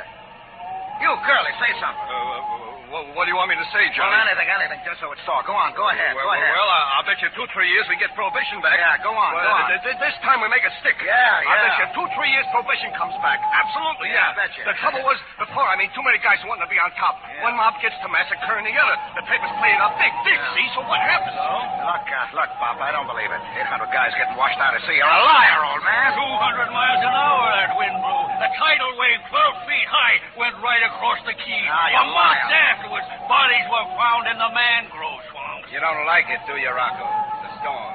Speaker 1: You, Curly, say something.
Speaker 31: Uh, Well, what do you want me to say, Johnny? Uh,
Speaker 1: Well, anything, anything, just so it's talk. Go on, go ahead,
Speaker 31: Well,
Speaker 1: go ahead.
Speaker 31: well, I- I'll bet you two, three years we get prohibition back.
Speaker 1: Yeah, go on,
Speaker 31: Well,
Speaker 1: go on.
Speaker 31: th- th- this time we make it stick.
Speaker 1: Yeah,
Speaker 31: I
Speaker 1: yeah.
Speaker 31: bet you two, three years prohibition comes back. Absolutely, yeah.
Speaker 1: Yeah, I bet you.
Speaker 31: The trouble was, before, I mean, too many guys wanting to be on top. One mob gets to massacring the other. The papers play it up big, big, see? So what happens?
Speaker 1: Look, uh, look, Pop, I don't believe it. 800 guys getting washed out of sea. You're a liar, old man.
Speaker 9: 200 miles an hour that wind blew. The tidal wave, 12 feet high, went right across the key.
Speaker 1: Ah, you
Speaker 9: For months
Speaker 1: liar.
Speaker 9: afterwards, bodies were found in the mangrove swamps.
Speaker 1: You don't like it, do you, Rocco? The storm.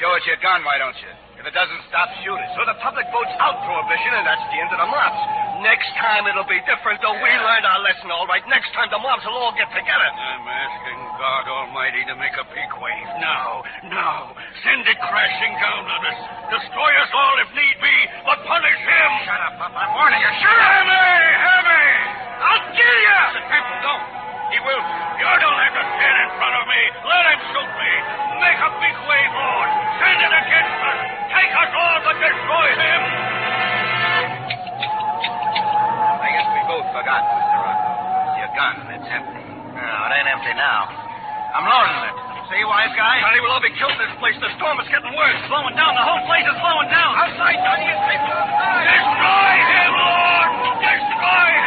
Speaker 1: Show us your gun, why don't you? If it doesn't stop, shoot it.
Speaker 31: So the public votes out prohibition, and that's the end of the mobs. Next time it'll be different, though we
Speaker 9: Yeah.
Speaker 31: learned our lesson all right. Next time the mobs will all get together.
Speaker 9: I'm asking God Almighty to make a big wave now, now. Send it crashing down on us. Destroy us all if need be, but punish him.
Speaker 1: Shut up, Pop. I'm warning you. Shut up!
Speaker 9: Hammy, Hammy, I'll kill you.
Speaker 1: Temple, don't. He will.
Speaker 9: You don't have to stand in front of me. Let him shoot me. Make a big wave, Lord. Send it against us. Take us all, but destroy him.
Speaker 1: I guess we both forgot, Mr. Rocco. Your gun, it's empty. No, it ain't empty now. I'm loading it. See, wise guy?
Speaker 31: Johnny, we'll all be killed in this place. The storm is getting worse. Slowing down. The whole place is slowing down. Outside, Johnny. It's safe outside.
Speaker 9: Destroy him, Lord. Destroy him.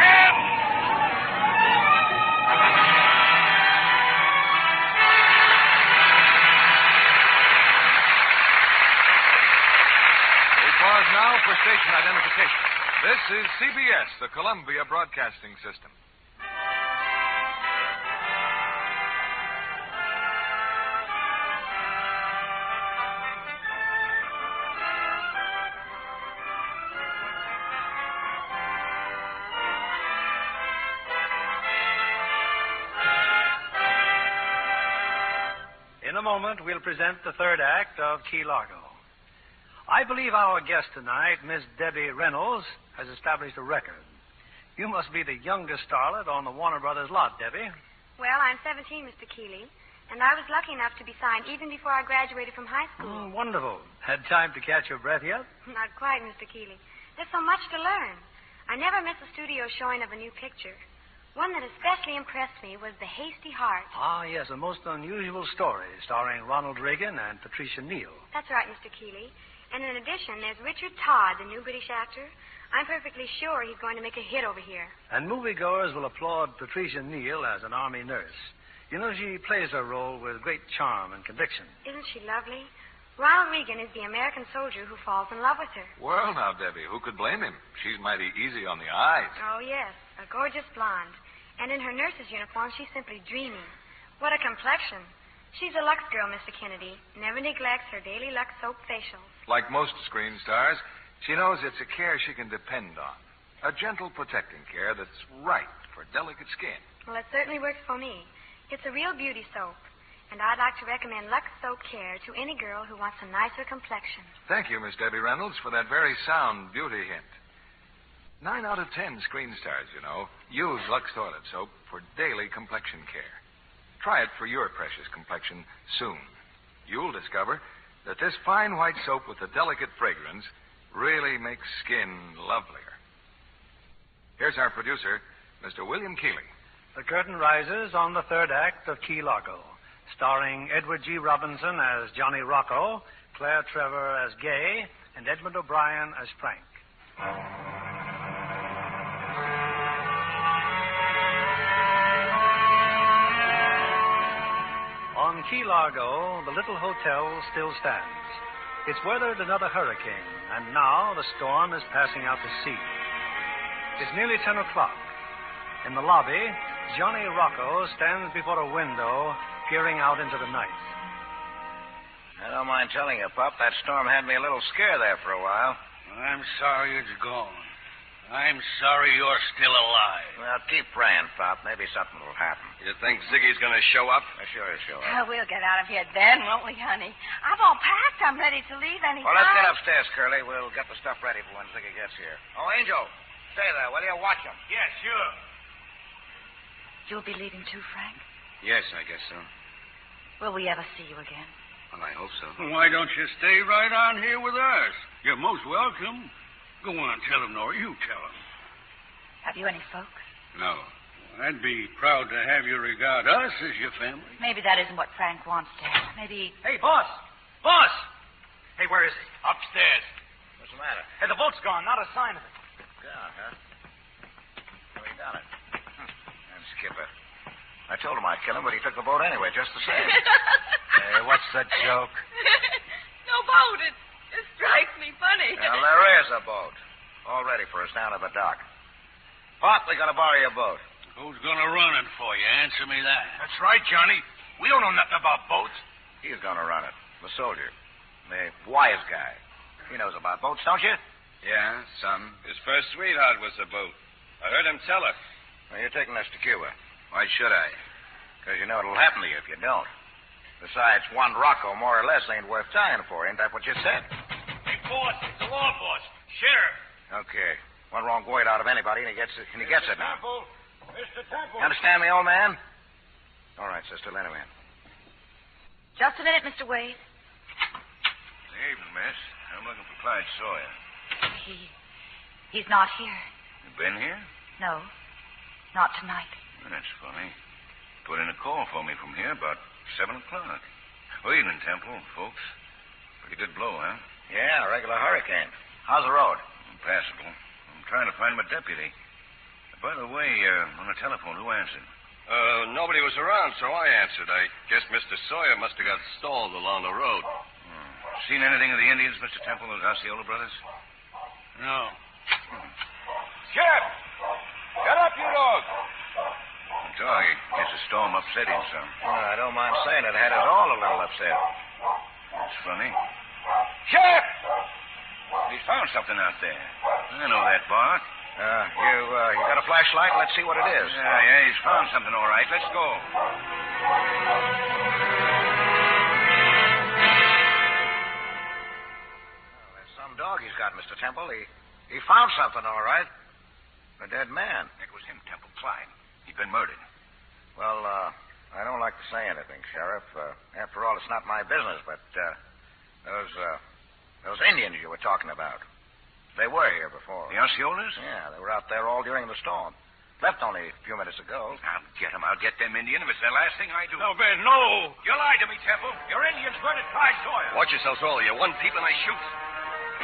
Speaker 32: We pause now for station identification. This is CBS, the Columbia Broadcasting System.
Speaker 2: In a moment, we'll present the third act of Key Largo. I believe our guest tonight, Miss Debbie Reynolds, has established a record. You must be the youngest starlet on the Warner Brothers lot, Debbie.
Speaker 33: Well, I'm 17, Mr. Keeley, and I was lucky enough to be signed even before I graduated from high
Speaker 9: Oh.
Speaker 33: school.
Speaker 2: Mm, wonderful. Had time to catch your breath yet?
Speaker 33: Not quite, Mr. Keeley. There's so much to learn. I never miss a studio showing of a new picture. One that especially impressed me was The Hasty Heart.
Speaker 2: Ah, yes, a most unusual story starring Ronald Reagan and Patricia Neal.
Speaker 33: That's right, Mr. Keeley. And in addition, there's Richard Todd, the new British actor. I'm perfectly sure he's going to make a hit over here.
Speaker 2: And moviegoers will applaud Patricia Neal as an army nurse. You know, she plays her role with great charm and conviction.
Speaker 33: Isn't she lovely? Ronald Reagan is the American soldier who falls in love with her.
Speaker 32: Well, now, Debbie, who could blame him? She's mighty easy on the eyes.
Speaker 33: Oh, yes, a gorgeous blonde. And in her nurse's uniform, she's simply dreamy. What a complexion. She's a Lux girl, Mr. Kennedy. Never neglects her daily Lux soap facials.
Speaker 1: Like most screen stars, she knows it's a care she can depend on. A gentle protecting care that's right for delicate skin.
Speaker 33: Well, it certainly works for me. It's a real beauty soap. And I'd like to recommend Lux Soap Care to any girl who wants a nicer complexion.
Speaker 1: Thank you, Miss Debbie Reynolds, for that very sound beauty hint. Nine out of ten screen stars, you know, use Lux Toilet Soap for daily complexion care. Try it for your precious complexion soon. You'll discover that this fine white soap with a delicate fragrance really makes skin lovelier. Here's our producer, Mr. William Keeley.
Speaker 34: The curtain rises on the third act of Key Largo, starring Edward G. Robinson as Johnny Rocco, Claire Trevor as Gay, and Edmund O'Brien as Frank. On Key Largo, the little hotel still stands. It's weathered another hurricane, and now the storm is passing out to sea. It's nearly 10 o'clock. In the lobby, Johnny Rocco stands before a window, peering out into the night.
Speaker 2: I don't mind telling you, Pop, that storm had me a little scared there for a while.
Speaker 5: I'm sorry it's gone. I'm sorry you're still alive.
Speaker 2: Well, keep praying, Pop. Maybe something will happen.
Speaker 6: You think Ziggy's going to show up?
Speaker 2: Uh, Sure, he'll show up.
Speaker 28: Oh, we'll get out of here then, won't we, honey? I'm all packed. I'm ready to leave any
Speaker 2: Well, let's get
Speaker 28: time.
Speaker 2: upstairs, Curly. We'll get the stuff ready for when Ziggy gets here. Oh, Angel, stay there, will you? Watch him.
Speaker 4: Yeah, sure.
Speaker 18: You'll be leaving too, Frank?
Speaker 6: Yes, I guess so.
Speaker 18: Will we ever see you again?
Speaker 6: Well, I hope so.
Speaker 5: Why don't you stay right on here with us? You're most welcome. Go on, tell him, Nora. You tell him.
Speaker 18: Have you any folks?
Speaker 5: No. I'd be proud to have you regard us as your family.
Speaker 18: Maybe that isn't what Frank wants to have. Maybe.
Speaker 16: Hey, boss! Boss! Hey, where is he?
Speaker 4: Upstairs.
Speaker 2: What's the matter?
Speaker 16: Hey, the boat's gone. Not a sign of it.
Speaker 2: Yeah, huh? We got it. Hm. And Skipper. I told him I'd kill him, but he took the boat anyway, just the same. hey, what's the joke?
Speaker 35: no boat. It, it strikes me funny.
Speaker 2: Now, there is a boat. All ready for us down at the dock. Pop, we gotta borrow your boat.
Speaker 5: Who's going to run it for you? Answer me that.
Speaker 4: That's right, Johnny. We don't know nothing about boats.
Speaker 2: He's gonna run it. The soldier. The wise guy. He knows about boats, don't you?
Speaker 6: Yeah, some. His first sweetheart was a boat. I heard him tell us.
Speaker 2: Well, you're taking us to Cuba.
Speaker 6: Why should I?
Speaker 2: Because you know what'll happen to you if you don't. Besides, one Rocco, more or less, ain't worth dying for. Ain't that what you said?
Speaker 4: Hey, boss. It's the law boss. Sheriff.
Speaker 2: Okay. One wrong word out of anybody, and he gets it, and he gets it now.
Speaker 5: Temple. Mr. Temple.
Speaker 2: You understand me, old man? All right, sister, let him in.
Speaker 18: Just a minute, Mr. Wade.
Speaker 4: Evening, miss. I'm looking for Clyde Sawyer.
Speaker 18: He. He's not here.
Speaker 4: You been here?
Speaker 18: No. Not tonight.
Speaker 4: Well, that's funny. Put in a call for me from here about 7 o'clock. Oh, evening, Temple, folks. Pretty good blow, huh?
Speaker 2: Yeah, regular hurricane. How's the road?
Speaker 4: Passable. I'm trying to find my deputy. By the way, uh, on the telephone, who answered?
Speaker 6: Uh, nobody was around, so I answered. I guess Mr. Sawyer must have got stalled along the road.
Speaker 4: Seen anything of the Indians, Mr. Temple, those Osceola brothers?
Speaker 5: No.
Speaker 4: Sheriff! Get up, you dog! Dog, I guess the storm upset him some.
Speaker 2: Well, I don't mind saying it had us all a little upset.
Speaker 4: That's funny. Sheriff! He's found something out there. I know that bark.
Speaker 2: Uh, you, uh, you got a flashlight? Let's see what it is.
Speaker 4: Yeah, yeah, he's found something, all right. Let's go.
Speaker 2: That's some dog he's got, Mr. Temple. He, he found something, all right. A dead man.
Speaker 4: It was him, Temple Clyde. He'd been murdered.
Speaker 2: Well, uh, I don't like to say anything, Sheriff. Uh, after all, it's not my business, but uh, those uh, those Indians you were talking about, they were here before.
Speaker 4: The Osceolas?
Speaker 2: Yeah, they were out there all during the storm. Left only a few minutes ago.
Speaker 4: I'll get him. I'll get them Indian if it's the last thing I do.
Speaker 5: No, Ben, no.
Speaker 4: You lied to me, Temple. Your Indians murdered Clyde Sawyer.
Speaker 6: Watch yourselves all. You one peep and I shoot.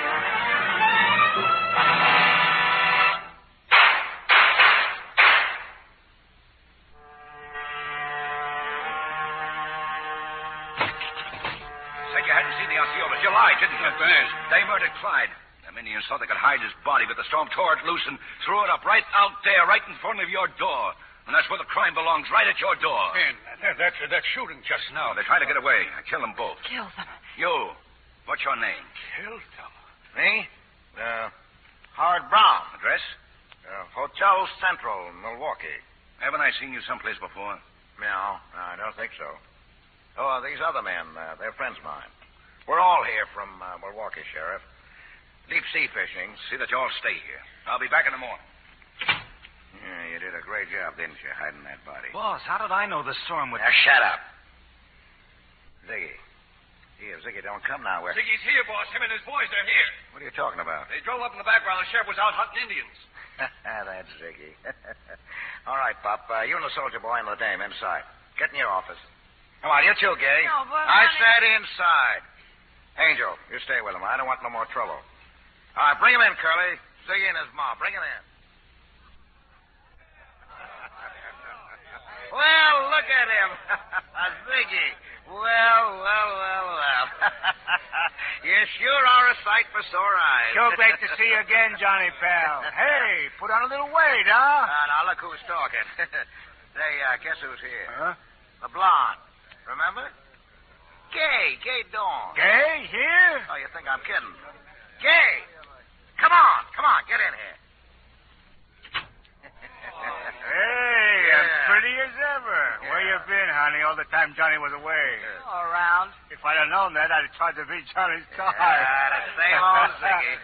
Speaker 4: Said you hadn't seen the Osceolas. You lied, didn't you?
Speaker 5: Not bad.
Speaker 4: They murdered Clyde. Them Indians thought they could hide his body, but the storm tore it loose and threw it up right out there, right in front of your door.
Speaker 36: And that's where the crime belongs, right at your door.
Speaker 37: Man, that, that's, that's shooting just now.
Speaker 36: They're trying to get away. I killed them both.
Speaker 7: Kill them?
Speaker 36: You. What's your name?
Speaker 37: Killed them?
Speaker 9: Me? Uh, Howard Brown.
Speaker 36: Address?
Speaker 9: Uh, Hotel Central, Milwaukee.
Speaker 36: Haven't I seen you someplace before?
Speaker 9: No, no I don't think so. Oh, these other men, uh, they're friends of mine. We're all here from uh, Milwaukee, Sheriff. Deep sea fishing.
Speaker 36: See that you all stay here. I'll be back in the morning.
Speaker 9: Yeah, you did a great job, didn't you, hiding that body?
Speaker 2: Boss, how did I know the storm would...
Speaker 9: Now, shut up. Ziggy. Here, Ziggy, don't come now. We're...
Speaker 38: Ziggy's here, boss. Him and his boys, they're here.
Speaker 9: What are you talking about?
Speaker 38: They drove up in the back while the sheriff was out hunting Indians.
Speaker 9: That's Ziggy. All right, Pop. Uh, you and the soldier boy and the dame inside. Get in your office. Come on, you two, Gay.
Speaker 28: No, but
Speaker 9: I
Speaker 28: honey-
Speaker 9: said inside. Angel, you stay with him. I don't want no more trouble. All right, bring him in, Curly. Ziggy and his ma. Bring him in. Well, look at him. Ziggy. Well, well, well, well. you sure are a sight for sore eyes.
Speaker 2: So great to see you again, Johnny pal. Hey, put on a little weight, huh?
Speaker 9: Ah, now look who's talking. Say, uh, guess who's here?
Speaker 2: Huh?
Speaker 9: The blonde. Remember? Gay, Gay Dawn.
Speaker 2: Gay here?
Speaker 9: Oh, you think I'm kidding? Gay! Come on, come on, get in here.
Speaker 2: Hey, as
Speaker 9: Yeah.
Speaker 2: pretty as ever. Where you been, honey, all the time Johnny was away?
Speaker 7: All around.
Speaker 2: If I'd have known that, I'd have tried to be Johnny's car.
Speaker 9: Ah, the same old Ziggy.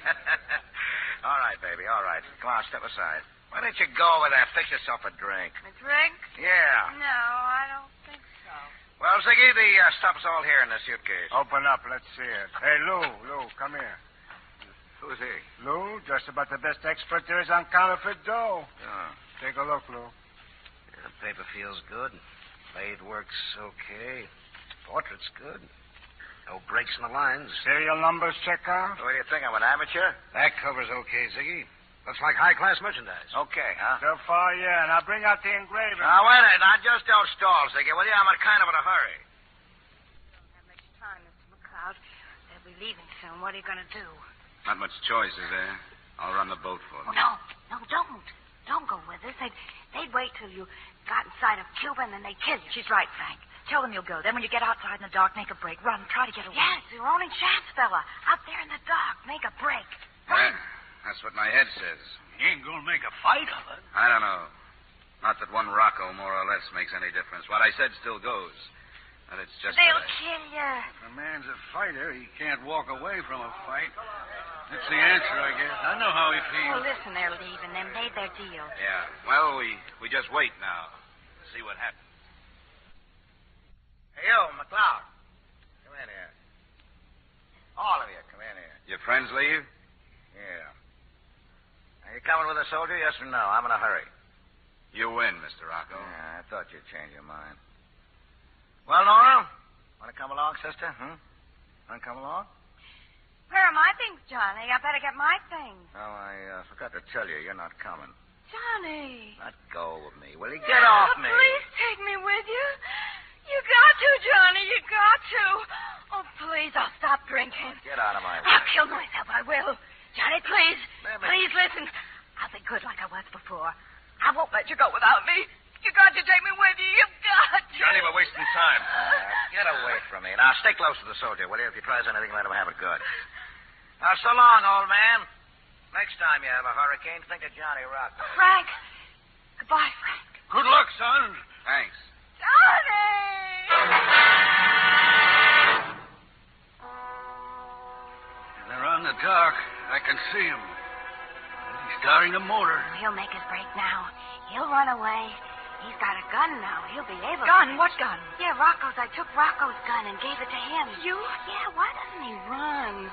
Speaker 9: all right, baby, all right. Come on, step aside. Why don't you go over there, fix yourself a drink?
Speaker 28: A drink?
Speaker 9: Yeah.
Speaker 28: No, I don't think so.
Speaker 9: Well, Ziggy, the uh, stuff's all here in the suitcase.
Speaker 2: Open up, let's see it. Hey, Lou, Lou, come here.
Speaker 9: Who's he?
Speaker 2: Lou, just about the best expert there is on counterfeit dough.
Speaker 9: Oh.
Speaker 2: Take a look, Lou.
Speaker 39: The paper feels good. Blade works okay. Portrait's good. No breaks in the lines.
Speaker 2: Serial numbers check out?
Speaker 9: What do you think? I'm an amateur?
Speaker 39: That cover's okay, Ziggy. Looks like high class merchandise.
Speaker 9: Okay, huh?
Speaker 2: Oh, So far, yeah. Now bring out the engraving.
Speaker 9: Now, wait a minute. Now, just don't stall, Ziggy, will you? I'm in kind of in a hurry.
Speaker 33: Time, Mr. McCloud. They'll be leaving soon. What are you going to do?
Speaker 1: Not much choice, is there? I'll run the boat for them.
Speaker 33: No, no, don't. Don't go with us. They'd, they'd wait till you got inside of Cuba and then they'd kill you.
Speaker 40: She's right, Frank. Tell them you'll go. Then when you get outside in the dark, make a break. Run. Try to get away.
Speaker 33: Yeah, it's your only chance, fella. Out there in the dark. Make a break.
Speaker 1: That- that's what my head says.
Speaker 37: You ain't gonna make a fight of it.
Speaker 1: I don't know. Not that one Rocco more or less makes any difference. What I said still goes. But it's just that
Speaker 33: They'll
Speaker 1: I-
Speaker 33: kill you.
Speaker 37: If a man's a fighter, he can't walk away from a fight. That's the answer, I guess. I know how he
Speaker 33: Oh,
Speaker 37: feels.
Speaker 33: listen, they're leaving. They made their deal.
Speaker 1: Yeah. Well, we we just wait now. See what happens.
Speaker 9: Hey, you, McLeod. Come in here. All of you, come in here.
Speaker 1: Your friends leave?
Speaker 9: Yeah. Are you coming with a soldier? Yes or no? I'm in a hurry.
Speaker 1: You win, Mr. Rocco.
Speaker 9: Yeah, I thought you'd change your mind. Well, Nora, want to come along, sister? Hmm? Want to come along?
Speaker 28: Where are my things, Johnny? I better get my things.
Speaker 9: Oh, I uh, forgot to tell you, you're not coming.
Speaker 28: Johnny.
Speaker 9: Let go of me, will you?
Speaker 28: No,
Speaker 9: Get off me.
Speaker 28: Please take me with you. You got to, Johnny. You got to. Oh, please, I'll stop drinking.
Speaker 9: Get out of my way.
Speaker 28: I'll kill myself. I will. Johnny, please.
Speaker 9: Ma'am, I-
Speaker 28: Please listen. I'll be good like I was before. I won't let you go without me. You got to take me with you. You've got to.
Speaker 36: Johnny, we're wasting time.
Speaker 9: Uh, get away from me. Now, stay close to the soldier, will you? If he tries anything, let him have it good. Now, so long, old man. Next time you have a hurricane, think of Johnny Rock.
Speaker 28: Frank. Goodbye, Frank.
Speaker 37: Good luck, son.
Speaker 1: Thanks.
Speaker 28: Johnny!
Speaker 37: They're on the dock. I can see him. He's starting the motor.
Speaker 33: He'll make his break now. He'll run away. He's got a gun now. He'll be able
Speaker 7: Gun?
Speaker 33: to.
Speaker 7: What gun?
Speaker 33: Yeah, Rocco's. I took Rocco's gun and gave it to him.
Speaker 7: You?
Speaker 33: Yeah, why doesn't he run?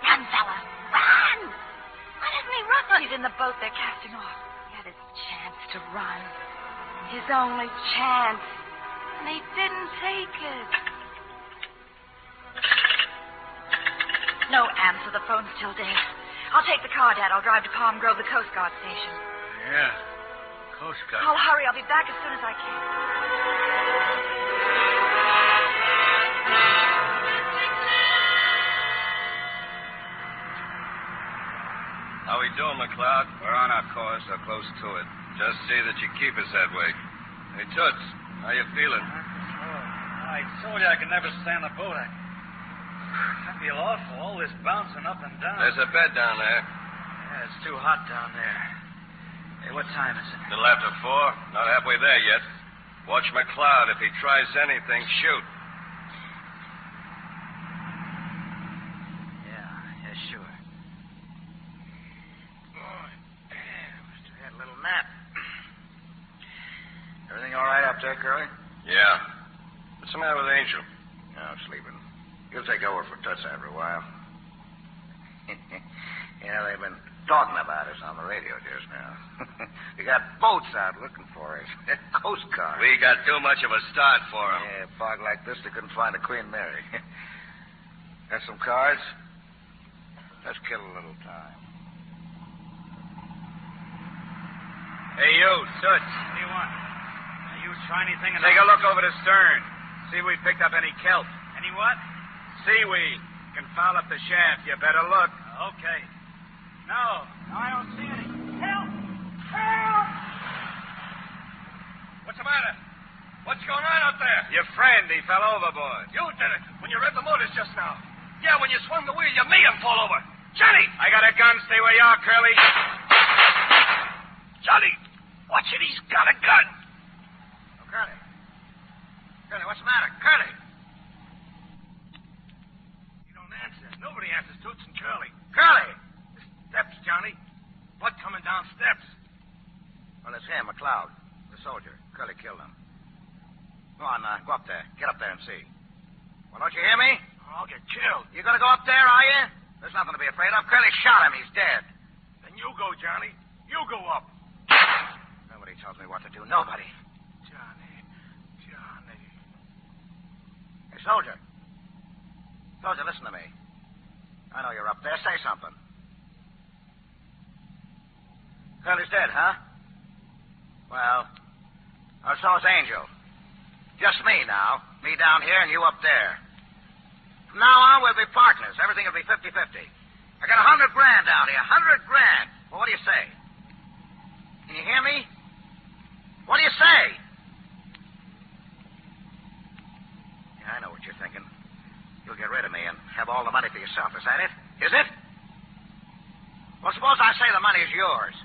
Speaker 33: Run, fella. Run! Why doesn't he run?
Speaker 7: He's in the boat they're casting off.
Speaker 33: He had his chance to run. His only chance. And he didn't take it.
Speaker 7: No answer. The phone's still dead. I'll take the car, Dad. I'll drive to Palm Grove, the Coast Guard station.
Speaker 37: Yeah. Coast Guard.
Speaker 7: I'll hurry. I'll be back as soon as I can.
Speaker 36: How we doing, McCloud?
Speaker 1: We're on our course or close to it.
Speaker 36: Just see that you keep us that way.
Speaker 41: Hey, Toots, how you feeling?
Speaker 42: Oh, I told you I could never stand the boat. I, I feel awful, all this bouncing up and down.
Speaker 43: There's a bed down there.
Speaker 42: Yeah, it's too hot down there. Hey, what time is it?
Speaker 43: Little after four. Not halfway there yet. Watch McCloud. If he tries anything, shoot.
Speaker 42: Yeah, yeah, sure.
Speaker 44: Boy, must have had a little nap.
Speaker 2: Everything all right up there, Curly?
Speaker 43: Yeah. What's the matter with Angel?
Speaker 2: No, sleeping. He'll take over for Toots after a while. yeah, they've been talking about us on the radio just now. we got boats out looking for us. Coast Guard.
Speaker 43: We got too much of a start for him.
Speaker 2: Yeah, fog like this, they couldn't find a Queen Mary. got some cards? Let's kill a little time.
Speaker 45: Hey, you, Toots. What do you want? Now, you try anything and
Speaker 44: Take a look over the stern. See if we picked up any kelp.
Speaker 45: Any what?
Speaker 44: Seaweed. Can foul up the shaft. You better look.
Speaker 45: Okay. No, no, I don't see any. Help!
Speaker 46: Help!
Speaker 44: What's the matter? What's going on out there?
Speaker 43: Your friend, he fell overboard.
Speaker 44: You did it when you revved the motors just now. Yeah, when you swung the wheel, you made him fall over. Johnny!
Speaker 43: I got a gun. Stay where you are, Curly.
Speaker 44: Johnny! Watch it. He's got a gun.
Speaker 45: Oh, Curly. Curly, what's the matter? Curly! You don't answer. Nobody answers Toots and Curly. Curly! The steps, Johnny. Blood coming down steps.
Speaker 2: Well, it's him, McLeod, the soldier. Curly killed him. Go on, uh, go up there. Get up there and see. Well, don't you hear me?
Speaker 45: Oh, I'll get killed.
Speaker 2: You gonna go up there, are you? There's nothing to be afraid of. Curly shot him. He's dead.
Speaker 45: Then you go, Johnny. You go up.
Speaker 2: Nobody tells me what to do. Nobody.
Speaker 45: Johnny. Johnny.
Speaker 2: Hey, soldier. Soldier, listen to me. I know you're up there. Say something. Curly's dead, huh? Well, or so's Angel. Just me now. Me down here and you up there. From now on, we'll be partners. Everything will be 50 50. I got a hundred grand out here. A hundred grand. Well, what do you say? Can you hear me? What do you say? Yeah, I know what you're thinking. You'll get rid of me and have all the money for yourself. Is that it? Is it? Well, suppose I say the money's yours.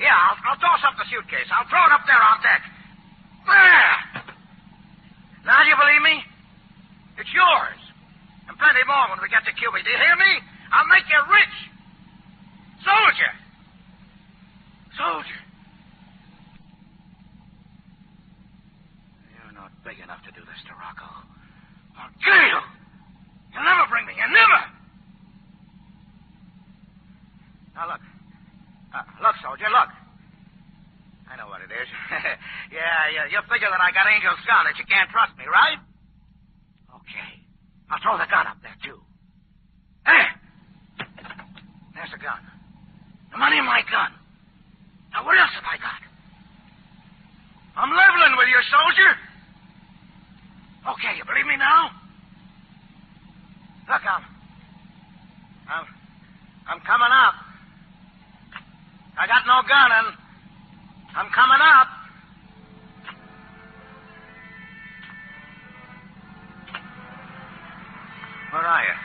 Speaker 2: Yeah, I'll, I'll toss up the suitcase. I'll throw it up there on deck. There! Now, do you believe me? It's yours. And plenty more when we get to Cuba. Do you hear me? I'll make you rich. Soldier! Soldier! You're not big enough to do this to Rocco. I'll kill you! You'll never bring me. You never! Now, look. Uh, look, soldier, look. I know what it is. yeah, yeah, you figure that I got Angel's gun that you can't trust me, right? Okay. I'll throw the gun up there, too. There! There's the gun. The money in my gun. Now, what else have I got? I'm leveling with you, soldier. Okay, you believe me now? Look, I'm. I'm. I'm coming up. I got no gun, and I'm coming up. Where are you?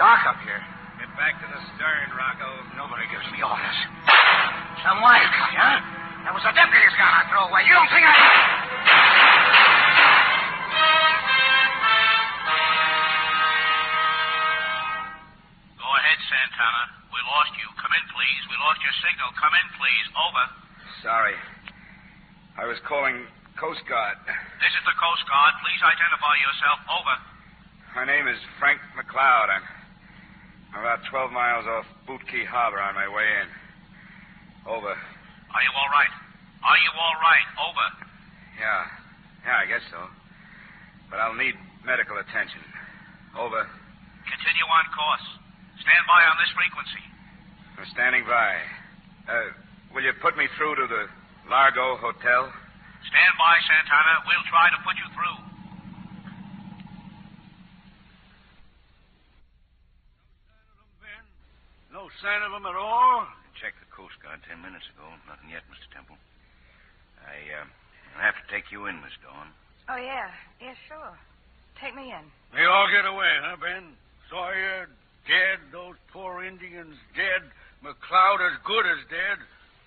Speaker 2: Doc up here.
Speaker 43: Get back to the stern, Rocco.
Speaker 2: Nobody gives me orders. Some wildcat, huh? That was the deputy's gun I threw away. You don't think I.
Speaker 47: Go ahead, Santana. We lost you. Come in, please. We lost your signal. Come in, please. Over.
Speaker 1: Sorry. I was calling Coast Guard.
Speaker 47: This is the Coast Guard. Please identify yourself. Over.
Speaker 1: My name is Frank McLeod. I'm, I'm about 12 miles off Boot Key Harbor on my way in. Over.
Speaker 47: Are you all right? Are you all right? Over.
Speaker 1: Yeah. Yeah, I guess so. But I'll need medical attention. Over.
Speaker 47: Continue on course. Stand by on this frequency.
Speaker 1: I'm standing by. Uh, will you put me through to the Largo Hotel?
Speaker 47: Stand by, Santana. We'll try to put you through.
Speaker 41: No sign of them at all?
Speaker 9: Checked the Coast Guard ten minutes ago. Nothing yet, Mr. Temple. I, uh,
Speaker 48: I'll have to take you in, Miss Dawn.
Speaker 49: Oh, yeah. Yeah, sure. Take me in.
Speaker 50: They all get away, huh, Ben? Sawyer dead, those poor Indians dead, McCloud as good as dead,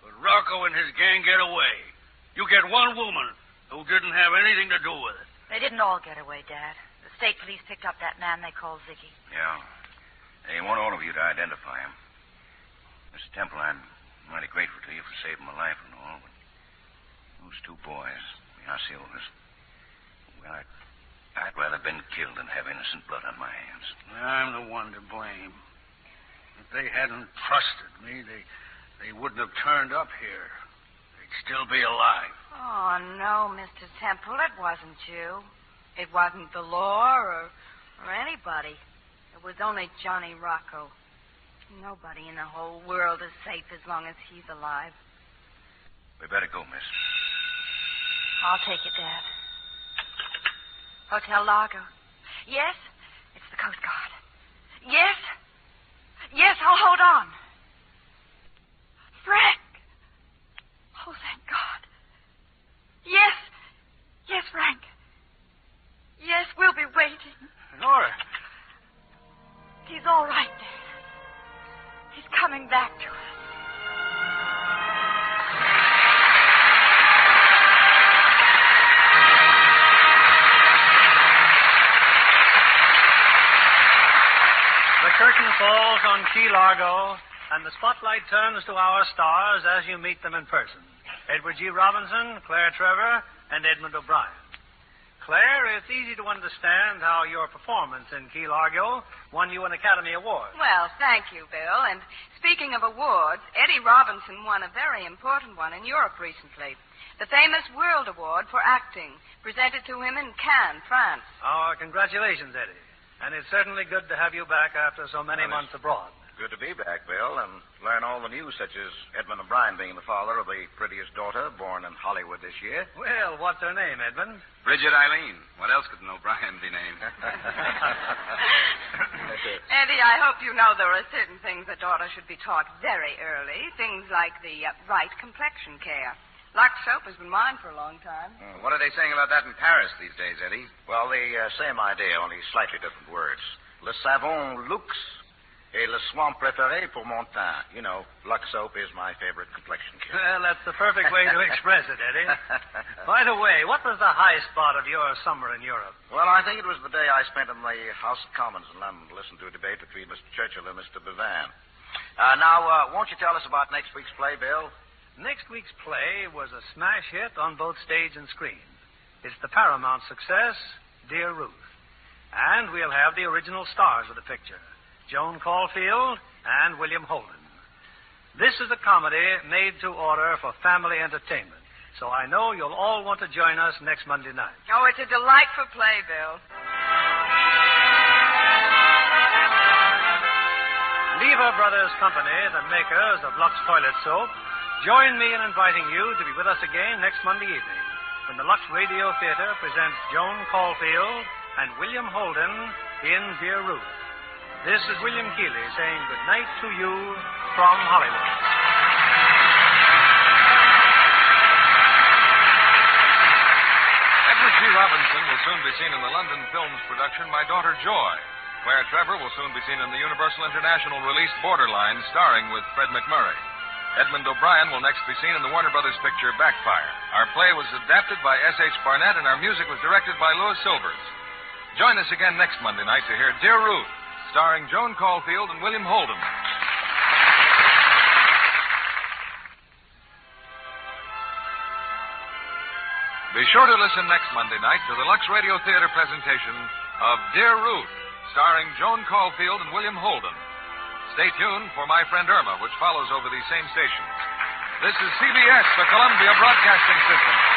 Speaker 50: but Rocco and his gang get away. You get one woman who didn't have anything to do with it.
Speaker 51: They didn't all get away, Dad. The state police picked up that man they called Ziggy.
Speaker 48: Yeah. They want all of you to identify him. Mr. Temple, I'm mighty grateful to you for saving my life and all, but those two boys, the Osceolas, well, I'd, I'd rather been killed than have innocent blood on my hands.
Speaker 50: I'm the one to blame. If they hadn't trusted me, they they wouldn't have turned up here. They'd still be alive.
Speaker 49: Oh, no, Mr. Temple, it wasn't you. It wasn't the law or, or anybody. It was only Johnny Rocco. Nobody in the whole world is safe as long as he's alive.
Speaker 48: We better go, miss.
Speaker 51: I'll take it, Dad.
Speaker 33: Hotel Largo. Yes, it's the Coast Guard. Yes, yes, I'll hold on. Frank! Oh, thank God. Yes, yes, Frank. Yes, we'll be waiting.
Speaker 50: Nora.
Speaker 33: He's all right, Dad. He's coming back to us.
Speaker 2: The curtain falls on Key Largo, and the spotlight turns to our stars as you meet them in person Edward G. Robinson, Claire Trevor, and Edmund O'Brien. Claire, it's easy to understand how your performance in Key Largo won you an Academy Award.
Speaker 7: Well, thank you, Bill. And speaking of awards, Eddie Robinson won a very important one in Europe recently. The famous World Award for Acting, presented to him in Cannes, France.
Speaker 2: Our congratulations, Eddie. And it's certainly good to have you back after so many
Speaker 9: Well,
Speaker 2: months abroad.
Speaker 9: Good to be back, Bill, and learn all the news, such as Edmund O'Brien being the father of the prettiest daughter born in Hollywood this year.
Speaker 2: Well, what's her name, Edmund?
Speaker 52: Bridget Eileen. What else could an O'Brien be named? That's it.
Speaker 7: Eddie, I hope you know there are certain things a daughter should be taught very early. Things like the uh, right complexion care. Lux soap has been mine for a long time.
Speaker 52: Uh, What are they saying about that in Paris these days, Eddie?
Speaker 9: Well, the uh, same idea, only slightly different words. Le savon luxe et le soin préféré pour mon teint. You know, Lux soap is my favorite complexion care.
Speaker 2: Well, that's the perfect way to express it, Eddie. By the way, what was the high spot of your summer in Europe?
Speaker 9: Well, I think it was the day I spent in the House of Commons in London to listen to a debate between Mr. Churchill and Mr. Bevan. Uh, now, uh, won't you tell us about next week's play, Bill?
Speaker 2: Next week's play was a smash hit on both stage and screen. It's the paramount success, Dear Ruth. And we'll have the original stars of the picture Joan Caulfield and William Holden. This is a comedy made to order for family entertainment, so I know you'll all want to join us next Monday night.
Speaker 7: Oh, it's a delightful play, Bill.
Speaker 2: Lever Brothers Company, the makers of Lux Toilet Soap, join me in inviting you to be with us again next Monday evening when the Lux Radio Theater presents Joan Caulfield and William Holden in Dear Ruth. This is William Keeley saying good night to you from Hollywood.
Speaker 1: Edward G. Robinson will soon be seen in the London Films production My Daughter Joy. Claire Trevor will soon be seen in the Universal International release Borderline, starring with Fred McMurray. Edmund O'Brien will next be seen in the Warner Brothers picture Backfire. Our play was adapted by S.H. Barnett, and our music was directed by Louis Silvers. Join us again next Monday night to hear Dear Ruth, starring Joan Caulfield and William Holden. Be sure to listen next Monday night to the Lux Radio Theater presentation of Dear Ruth, starring Joan Caulfield and William Holden. Stay tuned for My Friend Irma, which follows over these same stations. This is CBS, the Columbia Broadcasting System.